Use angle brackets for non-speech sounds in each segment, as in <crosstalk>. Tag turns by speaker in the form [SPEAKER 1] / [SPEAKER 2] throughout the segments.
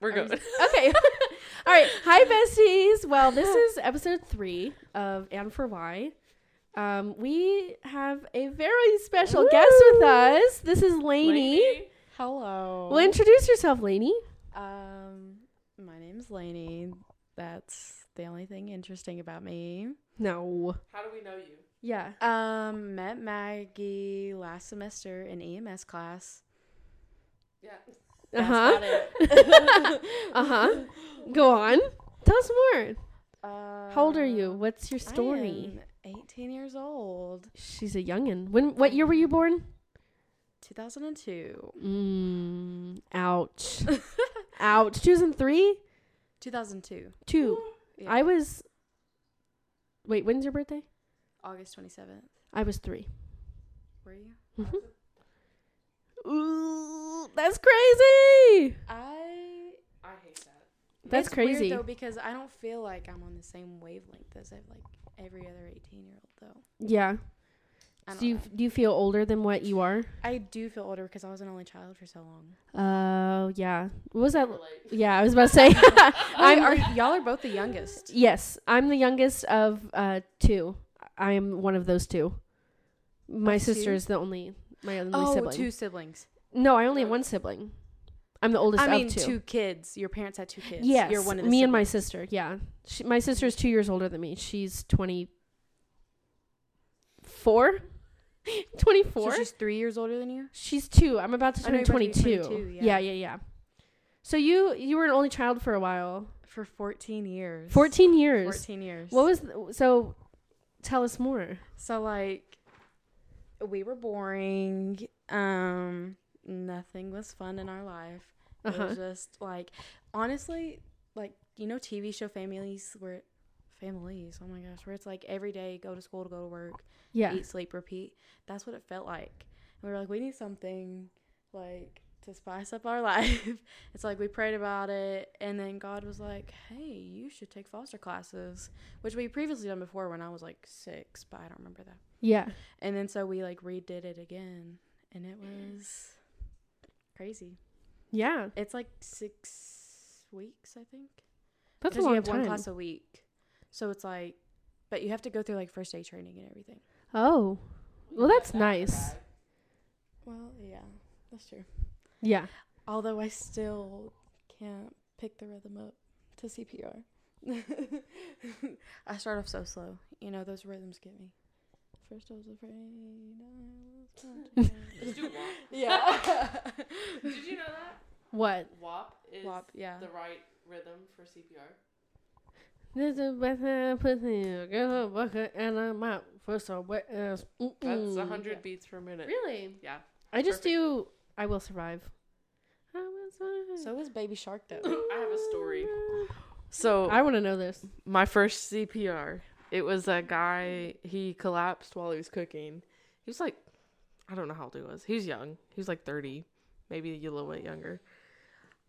[SPEAKER 1] We're
[SPEAKER 2] I'm
[SPEAKER 1] good. <laughs>
[SPEAKER 2] just- okay. <laughs> All right.
[SPEAKER 3] <laughs>
[SPEAKER 2] Hi, besties. Well, this is episode three of And for Why. Um, we have a very special guest with
[SPEAKER 1] Woo!
[SPEAKER 2] us. This is Lainey.
[SPEAKER 3] Hello.
[SPEAKER 2] Well, introduce yourself, Lainey.
[SPEAKER 3] um, my name's Lainey. That's the only thing interesting about me.
[SPEAKER 2] No.
[SPEAKER 1] How do we know you?
[SPEAKER 2] Yeah.
[SPEAKER 3] Um, met Maggie last semester in EMS class.
[SPEAKER 1] Yeah.
[SPEAKER 2] Uh
[SPEAKER 3] That's
[SPEAKER 2] huh.
[SPEAKER 3] about
[SPEAKER 2] <laughs>
[SPEAKER 3] it. <laughs>
[SPEAKER 2] Uh huh. Go on. Tell us more.
[SPEAKER 3] Uh,
[SPEAKER 2] How old are you? What's your
[SPEAKER 3] I
[SPEAKER 2] story?
[SPEAKER 3] am 18 years old.
[SPEAKER 2] She's a youngin. When? What year were you born?
[SPEAKER 3] 2002.
[SPEAKER 2] Mm,
[SPEAKER 3] <laughs>
[SPEAKER 2] ouch. ouch. Two thousand three.
[SPEAKER 3] 2002.
[SPEAKER 2] Two.
[SPEAKER 3] Yeah.
[SPEAKER 2] I was. Wait, when's your birthday?
[SPEAKER 3] August 27th.
[SPEAKER 2] I was three.
[SPEAKER 3] Were you?
[SPEAKER 2] Mm-hmm. Ooh, that's crazy.
[SPEAKER 3] I
[SPEAKER 1] I hate that.
[SPEAKER 2] That's
[SPEAKER 3] It's
[SPEAKER 2] crazy.
[SPEAKER 3] weird, though because I don't feel like I'm on the same wavelength as ev- like every other 18 year old though.
[SPEAKER 2] Yeah.
[SPEAKER 3] I don't
[SPEAKER 2] Do you
[SPEAKER 3] know.
[SPEAKER 2] do you feel older than what you are?
[SPEAKER 3] I do feel older because I was an only child for so long. Uh,
[SPEAKER 2] Oh yeah. What was that?
[SPEAKER 1] Relate.
[SPEAKER 2] Yeah, I was about to
[SPEAKER 3] <laughs>
[SPEAKER 2] say.
[SPEAKER 3] I'm,
[SPEAKER 2] <laughs> I'm
[SPEAKER 3] Oh, are, <laughs> y'all are both the youngest.
[SPEAKER 2] yes, I'm the youngest of uh two. I am one of those two. My
[SPEAKER 3] Of two?
[SPEAKER 2] sister is the only my only
[SPEAKER 3] <laughs> Oh, two
[SPEAKER 2] sibling.
[SPEAKER 3] siblings.
[SPEAKER 2] No, I only have one sibling. I'm the oldest
[SPEAKER 3] I mean,
[SPEAKER 2] of
[SPEAKER 3] two.
[SPEAKER 2] two.
[SPEAKER 3] kids. Your parents had two kids.
[SPEAKER 2] Yes,
[SPEAKER 3] you're one of the
[SPEAKER 2] me and my
[SPEAKER 3] siblings.
[SPEAKER 2] sister. Yeah, she, my sister is two years older than me. She's twenty <laughs> four. 24
[SPEAKER 3] So she's three years older than you.
[SPEAKER 2] she's two i'm about to
[SPEAKER 3] I know
[SPEAKER 2] turn
[SPEAKER 3] you're about to
[SPEAKER 2] 22.
[SPEAKER 3] be 22,
[SPEAKER 2] yeah. yeah
[SPEAKER 3] yeah.
[SPEAKER 2] yeah so you you were an only child for a while
[SPEAKER 3] For 14 years.
[SPEAKER 2] 14 years
[SPEAKER 3] 14 years.
[SPEAKER 2] what was th- so tell us more
[SPEAKER 3] so like? We were boring. Um, nothing was fun in our life. It
[SPEAKER 2] uh-huh
[SPEAKER 3] was just like honestly, like you know, TV show families where families. Oh my gosh, where it's like every day go to school to go to work.
[SPEAKER 2] yeah
[SPEAKER 3] eat, sleep, repeat. That's what it felt like. And we were like, we need something like to spice up our <laughs> life. it's like we prayed about it, and then God was like, hey, you should take foster classes, which we previously done before when I was like six, but I don't remember that.
[SPEAKER 2] yeah
[SPEAKER 3] And then so we like redid it again, and it was crazy.
[SPEAKER 2] yeah
[SPEAKER 3] It's like six weeks, I think.
[SPEAKER 2] that's a
[SPEAKER 3] Because you
[SPEAKER 2] long
[SPEAKER 3] have
[SPEAKER 2] time
[SPEAKER 3] one class a week, so it's like, but you have to go through like first aid training and everything.
[SPEAKER 2] oh Well, that's nice.
[SPEAKER 3] Well, yeah, that's true.
[SPEAKER 2] yeah
[SPEAKER 3] Although I still can't pick the rhythm up to CPR. <laughs> I start off so slow. You know, those rhythms get me. First I was afraid. I was
[SPEAKER 4] <laughs>
[SPEAKER 1] Just
[SPEAKER 2] <laughs>
[SPEAKER 1] do WAP.
[SPEAKER 3] yeah.
[SPEAKER 1] Did you know that?
[SPEAKER 2] what
[SPEAKER 1] WAP is
[SPEAKER 3] Wop, yeah.
[SPEAKER 1] the right rhythm for CPR.
[SPEAKER 2] There's a better pussy, a girl, a bucket, and a mop for so wet ass.
[SPEAKER 1] That's
[SPEAKER 2] Mm-mm.
[SPEAKER 1] 100 beats per minute.
[SPEAKER 2] Really?
[SPEAKER 1] Yeah.
[SPEAKER 2] I just
[SPEAKER 1] Perfect.
[SPEAKER 2] do. I will survive. I will survive.
[SPEAKER 3] so is Baby Shark though.
[SPEAKER 1] I have a story. Uh-huh. So,
[SPEAKER 2] Oh. I want to know this.
[SPEAKER 1] my first CPR, it was a guy, he collapsed while he was cooking. He was like, I don't know how old he was. He was young. He was like 30, maybe a little bit younger.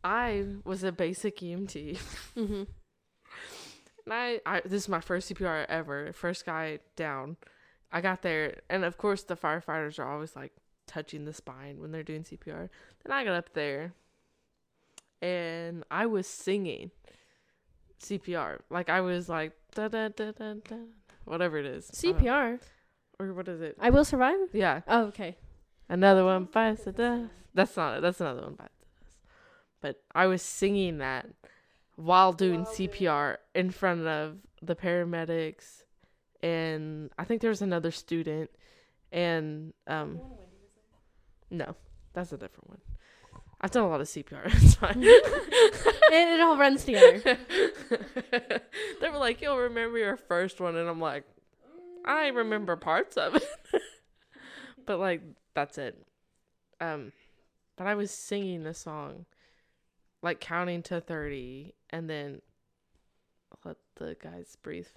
[SPEAKER 1] I was a basic EMT.
[SPEAKER 2] Mm-hmm.
[SPEAKER 1] <laughs> And I, I this is my first CPR ever. First guy down. I got there, and of course the firefighters are always like touching the spine when they're doing CPR. Then I got up there, and I was singing CPR. Like I was like da da da da da, whatever it is. I don't-
[SPEAKER 2] CPR.
[SPEAKER 1] or what is it?
[SPEAKER 2] I will survive.
[SPEAKER 1] Yeah,
[SPEAKER 2] Oh, okay.
[SPEAKER 1] another one bites the dust. That's not it. That's another one bites the dust. But I was singing that while doing CPR in front of the paramedics, and I think there was another student, and um, no, that's a different one. I've done a lot of <laughs> CPR. It's fine.
[SPEAKER 2] <laughs> it, it all runs together.
[SPEAKER 1] <laughs> they were like, "You'll remember your first one," and I'm like,
[SPEAKER 2] Mm.
[SPEAKER 1] "I remember parts of it, <laughs> but like that's it." Um, but I was singing the song, like counting to thirty, and then let the guys breathe.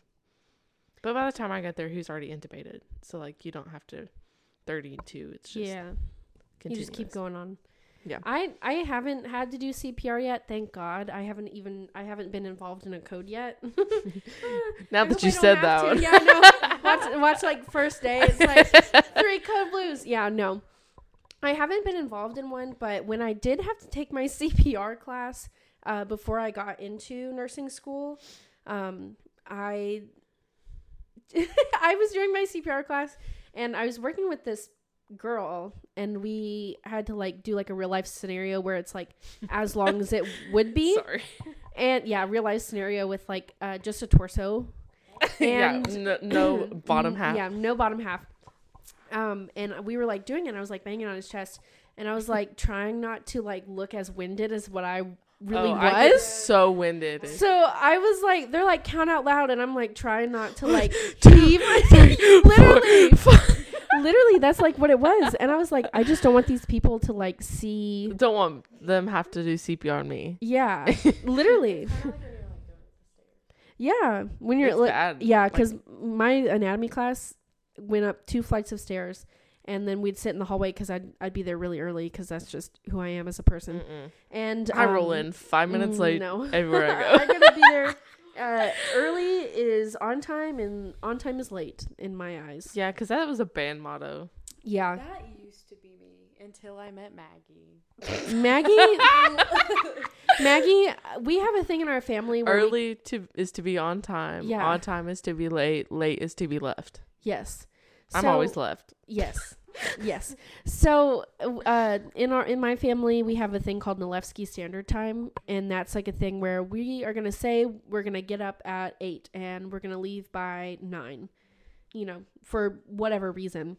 [SPEAKER 1] But by the time I got there, he was already intubated, so like you don't have to thirty-two. It's just
[SPEAKER 2] yeah, you just keep
[SPEAKER 1] continuous.
[SPEAKER 2] going on.
[SPEAKER 1] Yeah.
[SPEAKER 2] I I haven't had to do CPR yet. Thank God. I haven't even I haven't been involved in a code yet. <laughs>
[SPEAKER 1] Now
[SPEAKER 2] I hope
[SPEAKER 1] that
[SPEAKER 2] I
[SPEAKER 1] you
[SPEAKER 2] don't
[SPEAKER 1] said
[SPEAKER 2] have
[SPEAKER 1] that,
[SPEAKER 2] to.
[SPEAKER 1] one.
[SPEAKER 2] Yeah, I know. Watch, watch like first day. It's like three code blues. Yeah, no. I haven't been involved in one, but when I did have to take my <laughs> CPR class uh, before I got into nursing school, um, I <laughs> I was doing my CPR class and I was working with this girl and we had to like do like a real life scenario where it's like as long as it would
[SPEAKER 1] <laughs>
[SPEAKER 2] be
[SPEAKER 1] Sorry.
[SPEAKER 2] and yeah real life scenario with like uh, just a torso and
[SPEAKER 1] <laughs>
[SPEAKER 2] Mm,
[SPEAKER 1] yeah, no, <laughs>
[SPEAKER 2] <clears throat>
[SPEAKER 1] no bottom half.
[SPEAKER 2] yeah, no bottom half. Um, and we were like doing it. And I was like banging on his chest, and I
[SPEAKER 1] <laughs>
[SPEAKER 2] was like trying not to like look as winded as what I really
[SPEAKER 1] oh, I get
[SPEAKER 2] was.
[SPEAKER 1] so winded.
[SPEAKER 2] so I was like, they're like count out loud, and I'm like trying not
[SPEAKER 1] <laughs>
[SPEAKER 2] to like <laughs> keep <laughs> literally, <laughs> literally that's like what it was. And I was like, I just don't want these people to like see.
[SPEAKER 1] Don't want them have to do CPR on me. <laughs>
[SPEAKER 2] Yeah, literally. Yeah, when you're
[SPEAKER 1] It's
[SPEAKER 2] like,
[SPEAKER 1] bad.
[SPEAKER 2] yeah,
[SPEAKER 1] Like-
[SPEAKER 2] because my anatomy class went up two flights of stairs, and then we'd sit in the hallway because I'd I'd be there really early because that's just who I am as a person.
[SPEAKER 1] Mm-mm.
[SPEAKER 2] And
[SPEAKER 1] Mm. I roll
[SPEAKER 2] um,
[SPEAKER 1] in five minutes
[SPEAKER 2] mm,
[SPEAKER 1] late <laughs>
[SPEAKER 2] No,
[SPEAKER 1] everywhere
[SPEAKER 2] <laughs>
[SPEAKER 1] I
[SPEAKER 2] I
[SPEAKER 1] go.
[SPEAKER 2] gotta be there. Uh, early is on time, and on time is late in my eyes.
[SPEAKER 1] <laughs> yeah, because that was a band motto.
[SPEAKER 2] Yeah,
[SPEAKER 3] That used to be me until I met Maggie.
[SPEAKER 2] Maggie. <laughs> Maggie, uh, we have a thing in our family where we-
[SPEAKER 1] Early to is to be on time.
[SPEAKER 2] Yeah.
[SPEAKER 1] On time is to be late. Late is to be left.
[SPEAKER 2] yes,
[SPEAKER 1] I'm always
[SPEAKER 2] So-
[SPEAKER 1] left.
[SPEAKER 2] Yes. yes. So, uh, in our in my family, we have a thing called Nalevsky Standard Time, and that's like a thing where we are gonna say we're gonna get up at eight and we're gonna leave by nine, you know, for whatever reason.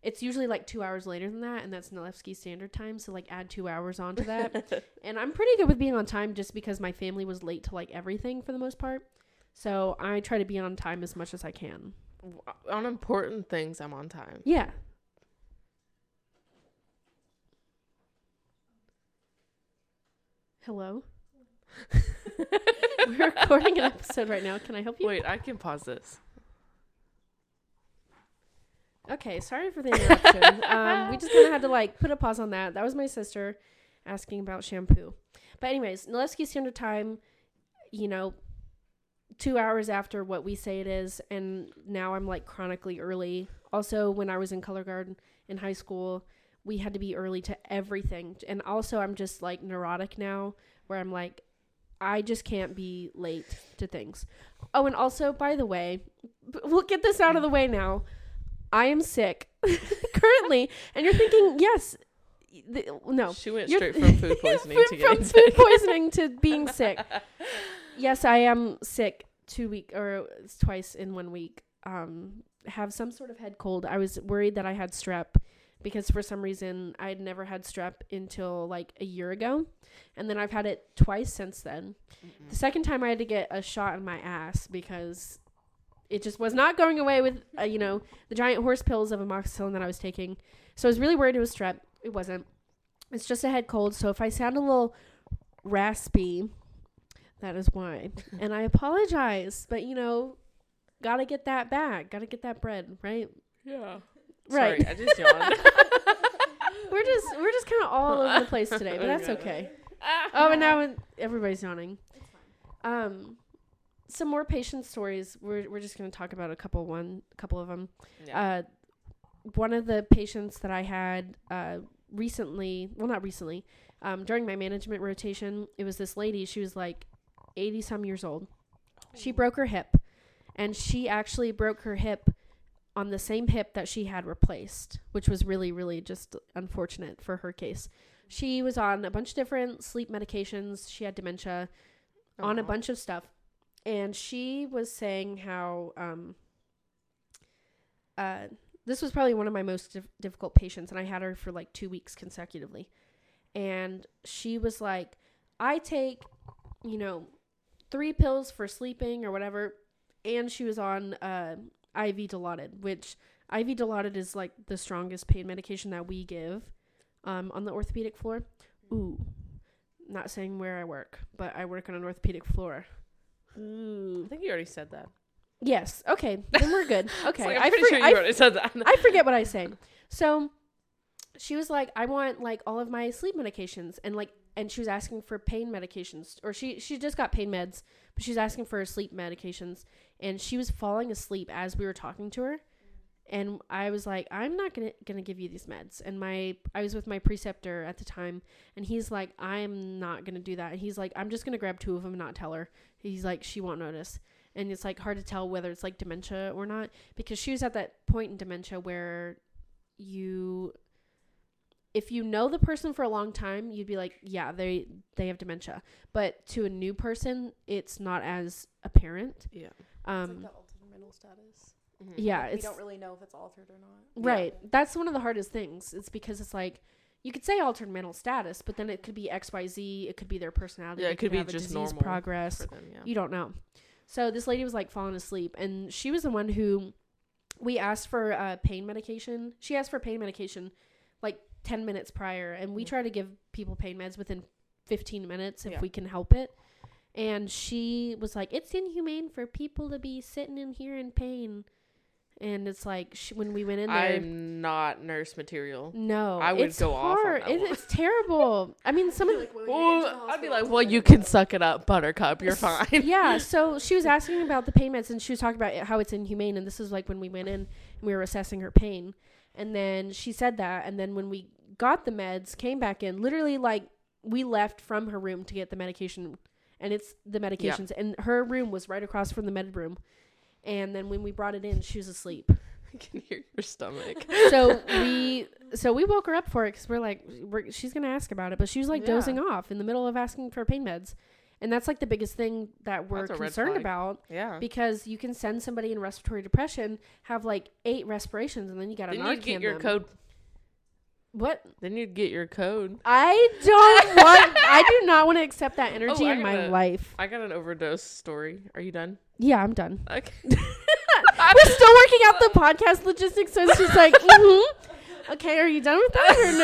[SPEAKER 2] It's usually like two hours later than that, and that's Nalevsky Standard Time. So, like, add two hours onto that. and I'm pretty good with being on time, just because my family was late to like everything for the most part. So I try to be on time as much as I can.
[SPEAKER 1] W- On important things, I'm on time.
[SPEAKER 2] Yeah. Hello? <laughs> We're recording an episode right now. Can I help you?
[SPEAKER 1] <laughs> Wait, I can pause this.
[SPEAKER 2] Okay, sorry for the interruption. um, we just kind of had to like put a pause on that. That was my sister asking about shampoo. But anyways, Nalevsky Standard Time, you know, two hours after what we say it is, and now I'm like chronically early. Also, when I was in color guard in high school, we had to be early to everything. And also, I'm just like neurotic now, where I'm like, I just can't be late to things. Oh, and also, by the way, b- we'll get this out of the way now. I am sick <laughs> currently, and you're thinking, yes, th- no,
[SPEAKER 1] She went
[SPEAKER 2] You're- <laughs>
[SPEAKER 1] straight from food poisoning to
[SPEAKER 2] from,
[SPEAKER 1] getting
[SPEAKER 2] from
[SPEAKER 1] sick. <laughs>
[SPEAKER 2] food poisoning to being sick. Yes, I am sick two week or it's twice in one week. Um, have some sort of head cold. I was worried that I had strep because for some reason I had never had strep until like a year ago, and then I've had it twice since then.
[SPEAKER 1] Mm.
[SPEAKER 2] The second time I had to get a shot in my ass because it just was not going away with uh, you know the giant horse pills of amoxicillin that I was taking. So I was really worried it was strep. It wasn't. It's just a head cold. So if I sound a little raspy, that is
[SPEAKER 1] <laughs>
[SPEAKER 2] why. and I apologize, but you know, gotta get that back. Gotta get that bread, right?
[SPEAKER 1] Yeah.
[SPEAKER 2] <laughs> Right.
[SPEAKER 1] Sorry, I just
[SPEAKER 2] <laughs>
[SPEAKER 1] yawned.
[SPEAKER 2] We're just we're just kind of all over the place today, but that's okay. Oh, and now it- everybody's yawning. Um, some more patient stories. We're we're just gonna talk about a couple one couple of them.
[SPEAKER 1] Yeah.
[SPEAKER 2] Uh, one of the patients that I had uh, recently, well, not recently, um, during my management rotation, it was this lady. She was like 80 some years old. She broke her hip, and she actually broke her hip on the same hip that she had replaced, which was really, really just unfortunate for her case. She was on a bunch of different sleep medications. She had dementia, on a
[SPEAKER 1] Aw.
[SPEAKER 2] bunch of stuff. And she was saying how um, uh, this was probably one of my most dif- difficult patients, and I had her for like two weeks consecutively. And she was like, I take, you know, three pills for sleeping or whatever. And she was on uh, IV Dilaudid, which IV Dilaudid is like the strongest pain medication that we give um, on the orthopedic floor. Ooh, not saying where I work, but I work on an orthopedic floor.
[SPEAKER 1] I think you already said that.
[SPEAKER 2] Yes. Okay. Then we're good. Okay.
[SPEAKER 1] <laughs> It's like, I'm
[SPEAKER 2] I
[SPEAKER 1] pretty
[SPEAKER 2] for-
[SPEAKER 1] sure you
[SPEAKER 2] I
[SPEAKER 1] already said that.
[SPEAKER 2] <laughs> I forget what I say. So she was like, I want like all of my sleep medications and like and she was asking for pain medications or she she just got pain meds, but she was asking for sleep medications and she was falling asleep as we were talking to her. and I was like, I'm not gonna gonna give you these meds. And my I was with my preceptor at the time, and he's like, I'm not gonna do that. And he's like, I'm just gonna grab two of them and not tell her. He's like, she won't notice. And it's like hard to tell whether it's like dementia or not because she was at that point in dementia where you if you know the person for a long time you'd be like yeah they they have dementia but to a new person it's not as apparent
[SPEAKER 1] <laughs> Yeah. Mm-hmm.
[SPEAKER 2] um
[SPEAKER 4] it's like the altered mental status.
[SPEAKER 2] yeah
[SPEAKER 4] Like,
[SPEAKER 2] it's
[SPEAKER 4] we don't really know if it's altered or not.
[SPEAKER 2] Right. That's one of the hardest things. It's because it's like you could say altered mental status, but then it could be XYZ, it could be their personality,
[SPEAKER 1] Yeah,
[SPEAKER 2] they
[SPEAKER 1] it could be
[SPEAKER 2] have a
[SPEAKER 1] just
[SPEAKER 2] disease
[SPEAKER 1] normal
[SPEAKER 2] progress.
[SPEAKER 1] For them, yeah.
[SPEAKER 2] You don't know. So this lady was like falling asleep and she was the one who we asked for uh, pain medication. She asked for pain medication like 10 minutes prior and we
[SPEAKER 1] Mhm.
[SPEAKER 2] try to give people pain meds within 15 minutes if
[SPEAKER 1] Yeah.
[SPEAKER 2] we can help it. And she was like, "It's inhumane for people to be sitting in here in pain." And it's like she, when we went in there,
[SPEAKER 1] I'm not nurse material.
[SPEAKER 2] no,
[SPEAKER 1] I would
[SPEAKER 2] it's
[SPEAKER 1] go off on
[SPEAKER 2] hard.
[SPEAKER 1] that
[SPEAKER 2] It-
[SPEAKER 1] one.
[SPEAKER 2] it's terrible. I
[SPEAKER 1] <laughs>
[SPEAKER 2] mean, some of the,
[SPEAKER 1] Ooh, I'd be like, well, you can suck it up, Buttercup.
[SPEAKER 2] <laughs>
[SPEAKER 1] You're fine. <laughs>
[SPEAKER 2] yeah. So she was asking about the pain meds, and she was talking about it- how it's inhumane. And this is like when we went in and we were assessing her pain, and then she said that, and then when we got the meds, came back in, literally like we left from her room to get the medication, and it's the medications, and her room was right across from the med room, and then when we brought it in, she was asleep.
[SPEAKER 1] I <laughs> can hear your stomach.
[SPEAKER 2] so we so we woke her up for it because we're like we're, she's gonna ask about it but she was like
[SPEAKER 1] Yeah.
[SPEAKER 2] dozing off in the middle of asking for pain meds and that's like the biggest thing that we're
[SPEAKER 1] That's a red
[SPEAKER 2] concerned
[SPEAKER 1] flag.
[SPEAKER 2] about
[SPEAKER 1] Yeah.
[SPEAKER 2] because you can send somebody in respiratory depression have like eight respirations and then you gotta
[SPEAKER 1] Then
[SPEAKER 2] narcan
[SPEAKER 1] you'd get your
[SPEAKER 2] them.
[SPEAKER 1] code.
[SPEAKER 2] what
[SPEAKER 1] Then you'd get your code.
[SPEAKER 2] i
[SPEAKER 1] <laughs>
[SPEAKER 2] don't want i do not want to accept that energy
[SPEAKER 1] Oh, I
[SPEAKER 2] in my
[SPEAKER 1] gotta-
[SPEAKER 2] life
[SPEAKER 1] I got an overdose story. Are you done?
[SPEAKER 2] yeah
[SPEAKER 1] <laughs>
[SPEAKER 2] i'm done <laughs>
[SPEAKER 1] Okay.
[SPEAKER 2] we're still working out the podcast logistics so it's
[SPEAKER 1] <laughs>
[SPEAKER 2] just like hmm okay are you done with that or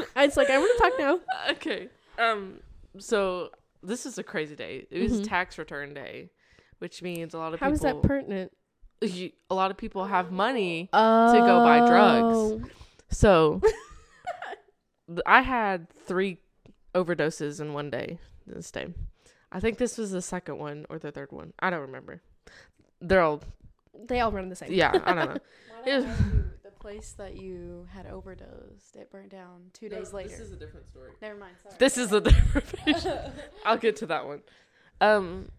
[SPEAKER 2] no <laughs> it's like i want to talk now
[SPEAKER 1] okay. Um. So this is a crazy day. It was
[SPEAKER 2] Mhm.
[SPEAKER 1] tax return day, which means a lot of
[SPEAKER 2] How is
[SPEAKER 1] people.
[SPEAKER 2] that pertinent?
[SPEAKER 1] you- a lot of people have money,
[SPEAKER 2] Oh.
[SPEAKER 1] go buy drugs.
[SPEAKER 2] <laughs>
[SPEAKER 1] so th- I had three overdoses in one day. This day, I think this was the second one or the third one. I don't remember. They're all
[SPEAKER 2] Oh, They all run the same.
[SPEAKER 1] yeah. I don't know.
[SPEAKER 3] Why
[SPEAKER 1] It
[SPEAKER 3] not have you- the place that you had overdosed, it burnt down <laughs> two days later.
[SPEAKER 1] is a different story.
[SPEAKER 3] Never mind. Sorry.
[SPEAKER 1] This
[SPEAKER 3] <laughs>
[SPEAKER 1] is a <laughs> different patient. I'll get to that one. Um,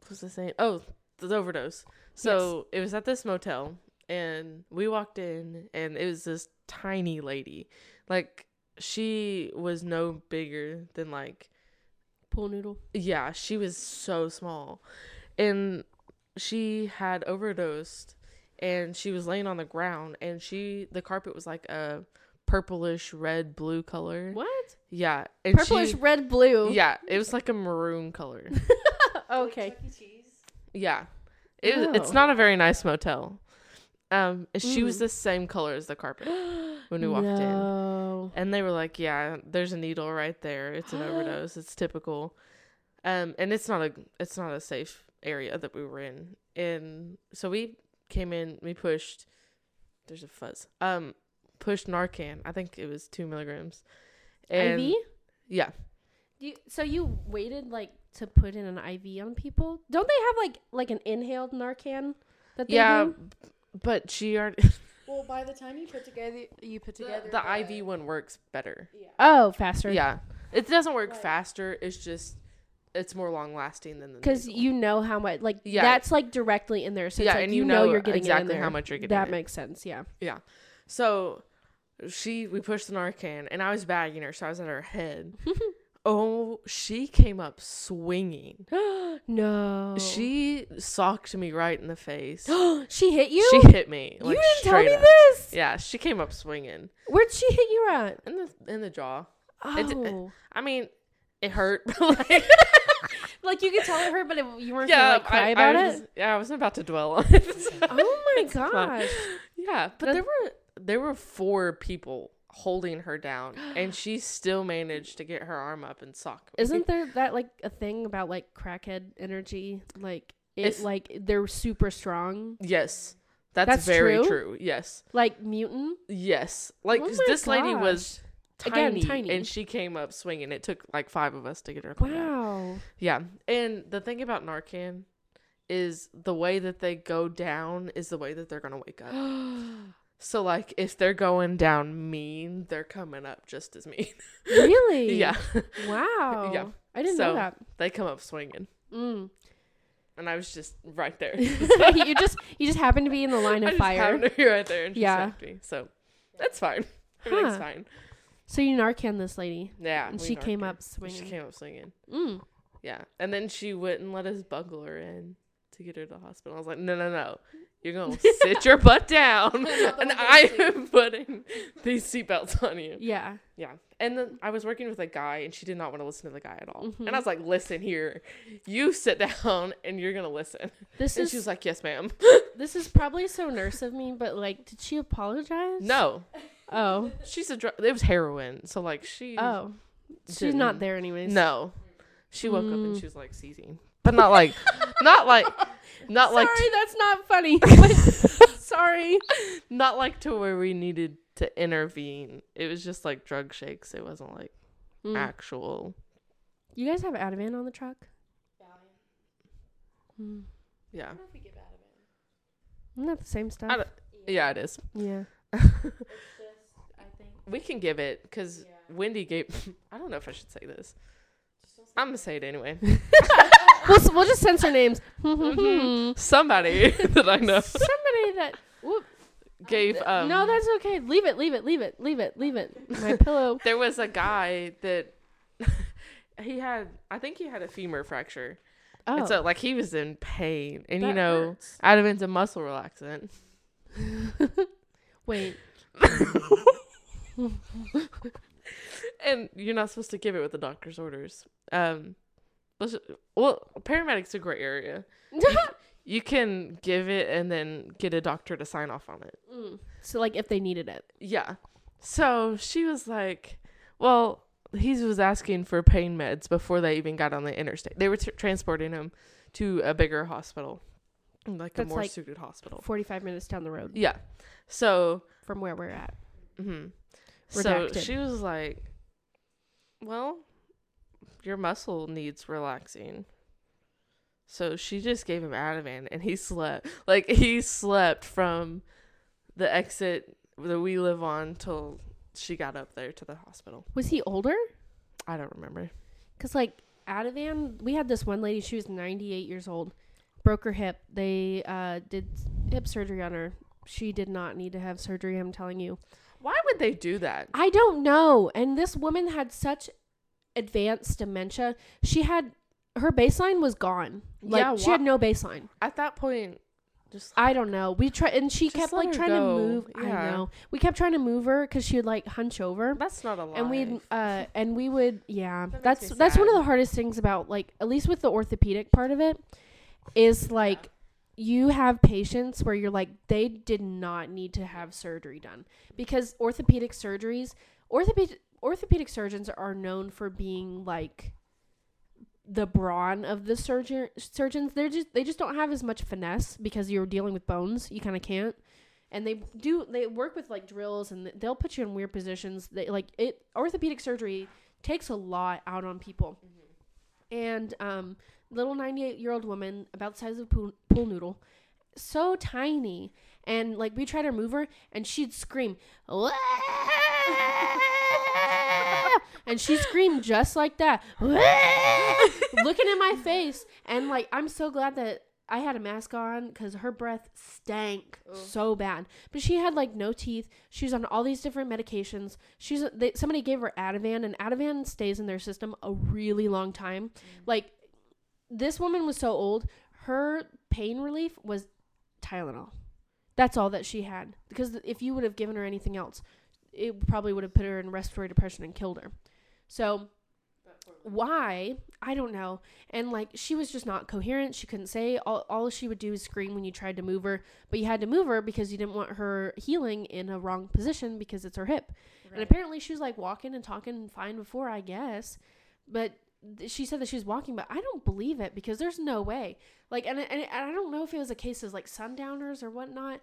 [SPEAKER 1] what was I saying? Oh, the overdose. So it was at this motel, and we walked in, and it was this tiny lady. Like, she was no bigger than, like,
[SPEAKER 2] <laughs> Pool
[SPEAKER 1] <gasps>
[SPEAKER 2] noodle.
[SPEAKER 1] yeah, she was so small. And she had overdosed, and she was laying on the ground, and she, the carpet was like a purplish red blue color.
[SPEAKER 2] What?
[SPEAKER 1] Yeah. And
[SPEAKER 2] Purplish
[SPEAKER 1] she,
[SPEAKER 2] red blue.
[SPEAKER 1] yeah, it was like a maroon
[SPEAKER 2] <laughs>
[SPEAKER 1] color.
[SPEAKER 3] Oh,
[SPEAKER 2] Okay.
[SPEAKER 1] Yeah. It, was- It's
[SPEAKER 2] Oh.
[SPEAKER 1] not a very nice motel. Um, and she was
[SPEAKER 2] Mm.
[SPEAKER 1] the same color as the carpet when we walked in.
[SPEAKER 2] no.
[SPEAKER 1] And they were like, yeah, there's a needle right there. It's an overdose. It's typical. Um, and it's not a it's not a safe area that we were in. And so we came in, we pushed there's a fuzz. Um, pushed Narcan. I think it was two milligrams. And
[SPEAKER 2] IV?
[SPEAKER 1] yeah.
[SPEAKER 2] You, so you waited like to put in an IV on people? Don't they have like like an inhaled Narcan that they
[SPEAKER 1] Yeah.
[SPEAKER 2] do?
[SPEAKER 1] But she already
[SPEAKER 4] Well, by the time you put together,
[SPEAKER 3] you put
[SPEAKER 4] The-
[SPEAKER 3] together
[SPEAKER 1] the IV one works better.
[SPEAKER 2] Oh, faster.
[SPEAKER 1] Yeah, it doesn't work
[SPEAKER 4] Like-
[SPEAKER 1] faster. It's just it's more long lasting than the
[SPEAKER 2] Because
[SPEAKER 1] nasal.
[SPEAKER 2] you know how much like
[SPEAKER 1] Yeah.
[SPEAKER 2] that's like directly in there. So it's
[SPEAKER 1] yeah,
[SPEAKER 2] like
[SPEAKER 1] and
[SPEAKER 2] you, know, you're getting it in
[SPEAKER 1] exactly
[SPEAKER 2] there.
[SPEAKER 1] how much you're getting.
[SPEAKER 2] That
[SPEAKER 1] in.
[SPEAKER 2] makes sense.
[SPEAKER 1] <gasps>
[SPEAKER 2] Yeah.
[SPEAKER 1] so she we pushed the Narcan and I was bagging her, so I was at her
[SPEAKER 2] <laughs>
[SPEAKER 1] head. oh, she came up swinging.
[SPEAKER 2] Oh. no.
[SPEAKER 1] She socked me right in the face.
[SPEAKER 2] <gasps> she hit you?
[SPEAKER 1] she hit me.
[SPEAKER 2] you
[SPEAKER 1] like,
[SPEAKER 2] didn't tell
[SPEAKER 1] straight
[SPEAKER 2] me
[SPEAKER 1] up.
[SPEAKER 2] this.
[SPEAKER 1] Yeah, she came up swinging
[SPEAKER 2] Where'd she hit you at?
[SPEAKER 1] in the in the jaw. It- it-
[SPEAKER 2] Oh.
[SPEAKER 1] I mean, it hurt. <laughs>
[SPEAKER 2] <laughs>
[SPEAKER 1] but, like,
[SPEAKER 2] Like you could tell it hurt, but it, you weren't
[SPEAKER 1] yeah,
[SPEAKER 2] gonna like cry
[SPEAKER 1] I,
[SPEAKER 2] about
[SPEAKER 1] I
[SPEAKER 2] it.
[SPEAKER 1] was just- yeah, I wasn't about to dwell on it. <laughs> so-
[SPEAKER 2] oh my
[SPEAKER 1] It's fine.
[SPEAKER 2] gosh!
[SPEAKER 1] Yeah, but
[SPEAKER 2] That-
[SPEAKER 1] there were there were four people holding her down, and she still managed to get her arm up and sock. me.
[SPEAKER 2] Isn't there that like a thing about like crackhead energy? Like it,
[SPEAKER 1] If-
[SPEAKER 2] like they're super strong,
[SPEAKER 1] yes, that's,
[SPEAKER 2] That's
[SPEAKER 1] very
[SPEAKER 2] true?
[SPEAKER 1] true? Yes,
[SPEAKER 2] like mutant.
[SPEAKER 1] yes. Like
[SPEAKER 2] Oh
[SPEAKER 1] 'cause
[SPEAKER 2] my
[SPEAKER 1] this lady was
[SPEAKER 2] Again,
[SPEAKER 1] tiny,
[SPEAKER 2] tiny.
[SPEAKER 1] and she came up swinging. <gasps> It took like five of us to get her. down.
[SPEAKER 2] Wow.
[SPEAKER 1] Yeah, and the thing about Narcan is the way that they go down is the way that they're gonna wake up. So like if they're going down mean, they're coming up just as mean. <laughs>
[SPEAKER 2] really?
[SPEAKER 1] yeah,
[SPEAKER 2] Wow.
[SPEAKER 1] Yeah.
[SPEAKER 2] I didn't
[SPEAKER 1] So-
[SPEAKER 2] know that.
[SPEAKER 1] they come up swinging, <laughs>
[SPEAKER 2] Mm. <laughs>
[SPEAKER 1] and I was just right there. <laughs>
[SPEAKER 2] you just you just happen to be in the line
[SPEAKER 1] I
[SPEAKER 2] of
[SPEAKER 1] just
[SPEAKER 2] fire.
[SPEAKER 1] happened to be right there, and she
[SPEAKER 2] Yeah.
[SPEAKER 1] yeah. me. So that's fine. Everything's
[SPEAKER 2] Huh.
[SPEAKER 1] fine.
[SPEAKER 2] So you Narcan this lady,
[SPEAKER 1] Yeah,
[SPEAKER 2] and
[SPEAKER 1] we
[SPEAKER 2] she came
[SPEAKER 1] narked
[SPEAKER 2] up
[SPEAKER 1] her.
[SPEAKER 2] swinging.
[SPEAKER 1] She came up swinging.
[SPEAKER 2] Mm.
[SPEAKER 1] Yeah, and then she wouldn't let us buggle her in to get her to the hospital. I was like, no, no, no. You're
[SPEAKER 2] <laughs>
[SPEAKER 1] gonna sit your butt down,
[SPEAKER 4] the
[SPEAKER 1] and
[SPEAKER 4] window
[SPEAKER 1] I
[SPEAKER 4] seat.
[SPEAKER 1] am <laughs> putting these seatbelts on you.
[SPEAKER 2] Yeah.
[SPEAKER 1] Yeah. And then I was working with a guy and she did not want to listen to the guy at all.
[SPEAKER 2] Mhm.
[SPEAKER 1] And I was like, listen here, you sit down and you're going to listen.
[SPEAKER 2] This
[SPEAKER 1] and
[SPEAKER 2] is
[SPEAKER 1] she was like, yes, ma'am.
[SPEAKER 2] this is probably so nurse of me, but like, did she apologize?
[SPEAKER 1] no, <laughs>
[SPEAKER 2] Oh.
[SPEAKER 1] she's a drug. It was heroin. So, like, she.
[SPEAKER 2] Oh. She's not
[SPEAKER 1] didn't-
[SPEAKER 2] there anyways.
[SPEAKER 1] No. She woke up and
[SPEAKER 2] Mm.
[SPEAKER 1] she was like seizing. But not like, not like, not
[SPEAKER 2] Sorry,
[SPEAKER 1] like, to,
[SPEAKER 2] that's not funny. <laughs> But- sorry.
[SPEAKER 1] not like to where we needed to intervene. It was just like drug shakes. It wasn't like
[SPEAKER 2] Mm.
[SPEAKER 1] Ah. actual.
[SPEAKER 2] You guys have Ativan on the truck? Mm.
[SPEAKER 1] Yeah.
[SPEAKER 4] don't know if we give Adamant.
[SPEAKER 2] Isn't that the same stuff?
[SPEAKER 1] I don't- Yeah, it is. <laughs>
[SPEAKER 2] yeah.
[SPEAKER 3] I think.
[SPEAKER 1] we can give it because Wendy gave. <laughs> I don't know if I should say this. I'm gonna say it anyway. <laughs>
[SPEAKER 2] We'll, s- we'll just censor names. <laughs>
[SPEAKER 1] Mm-hmm. Somebody <laughs> that I know
[SPEAKER 2] Somebody <laughs> that. Whoop.
[SPEAKER 1] gave. Um,
[SPEAKER 2] no, that's okay. Leave it, leave it, leave it, leave it, leave it.
[SPEAKER 1] <laughs>
[SPEAKER 2] My pillow.
[SPEAKER 1] there was a guy that <laughs> he had. I think he had a femur fracture,
[SPEAKER 2] Oh.
[SPEAKER 1] and so like he was in pain. And you
[SPEAKER 2] that
[SPEAKER 1] know,
[SPEAKER 2] hurts.
[SPEAKER 1] Ativan's a muscle relaxant.
[SPEAKER 2] Wait.
[SPEAKER 1] and you're not supposed to give it with the doctor's orders. Um, let's ju- well, paramedics a gray area.
[SPEAKER 2] <laughs>
[SPEAKER 1] You can give it and then get a doctor to sign off on it.
[SPEAKER 2] Mm. So, like, if they needed it.
[SPEAKER 1] Yeah. So she was like, well, he was asking for pain meds before they even got on the interstate. They were t- transporting him to a bigger hospital, like
[SPEAKER 2] That's
[SPEAKER 1] a more
[SPEAKER 2] like-
[SPEAKER 1] suited hospital.
[SPEAKER 2] 45 minutes down the road
[SPEAKER 1] Yeah. So,
[SPEAKER 2] from where we're at.
[SPEAKER 1] mhm. so
[SPEAKER 2] Mm-hmm. Redacted.
[SPEAKER 1] she was like, well, your muscle needs relaxing. So she just gave him Ativan and he slept. <laughs> Like, he slept from the exit that we live on till she got up there to the hospital.
[SPEAKER 2] Was he older?
[SPEAKER 1] I don't remember.
[SPEAKER 2] Because, like, Ativan, we had this one lady, she was 98 years old, broke her hip. They uh, did hip surgery on her. She did not need to have surgery, I'm telling you.
[SPEAKER 1] Why would they do that?
[SPEAKER 2] I don't know. And this woman had such advanced dementia. She had her baseline was gone. Like
[SPEAKER 1] Yeah,
[SPEAKER 2] she
[SPEAKER 1] wha-
[SPEAKER 2] had no baseline.
[SPEAKER 1] At that point, just
[SPEAKER 2] I don't know. We tried, and she
[SPEAKER 1] Just
[SPEAKER 2] kept
[SPEAKER 1] let
[SPEAKER 2] like
[SPEAKER 1] her
[SPEAKER 2] trying
[SPEAKER 1] go.
[SPEAKER 2] to move. I
[SPEAKER 1] Yeah.
[SPEAKER 2] know. We kept trying to move her because she would like hunch over.
[SPEAKER 1] that's not a lot.
[SPEAKER 2] And we uh and we would yeah.
[SPEAKER 1] makes
[SPEAKER 2] that's
[SPEAKER 1] me
[SPEAKER 2] that's one of
[SPEAKER 1] sad.
[SPEAKER 2] the hardest things about like at least with the orthopedic part of it is like you have patients where you're like they did not need to have surgery done because orthopedic surgeries orthopedic orthopedic surgeons are known for being like the brawn of the surgeon surgeons they're just they just don't have as much finesse because you're dealing with bones you kind of can't and they do they work with like drills and they'll put you in weird positions they like it orthopedic surgery takes a lot out on people and um little 98 year old woman about the size of a pool, pool noodle so tiny and like we tried to move her and she'd scream "Wah!" and she screamed just like that "Wah!" looking in my face and like i'm so glad that i had a mask on because her breath stank so bad but she had like no teeth she was on all these different medications she's uh, they, somebody gave her ativan and ativan stays in their system a really long time like this woman was so old her pain relief was tylenol that's all that she had because if you would have given her anything else it probably would have put her in respiratory depression and killed her so why i don't know and like she was just not coherent she couldn't say all, all she would do is scream when you tried to move her but you had to move her because you didn't want her healing in a wrong position because it's her hip and apparently she was like walking and talking fine before, I guess. But th- she said that she was walking, but I don't believe it because there's no way. Like, and, and, and I don't know if it was a case of like sundowners or whatnot,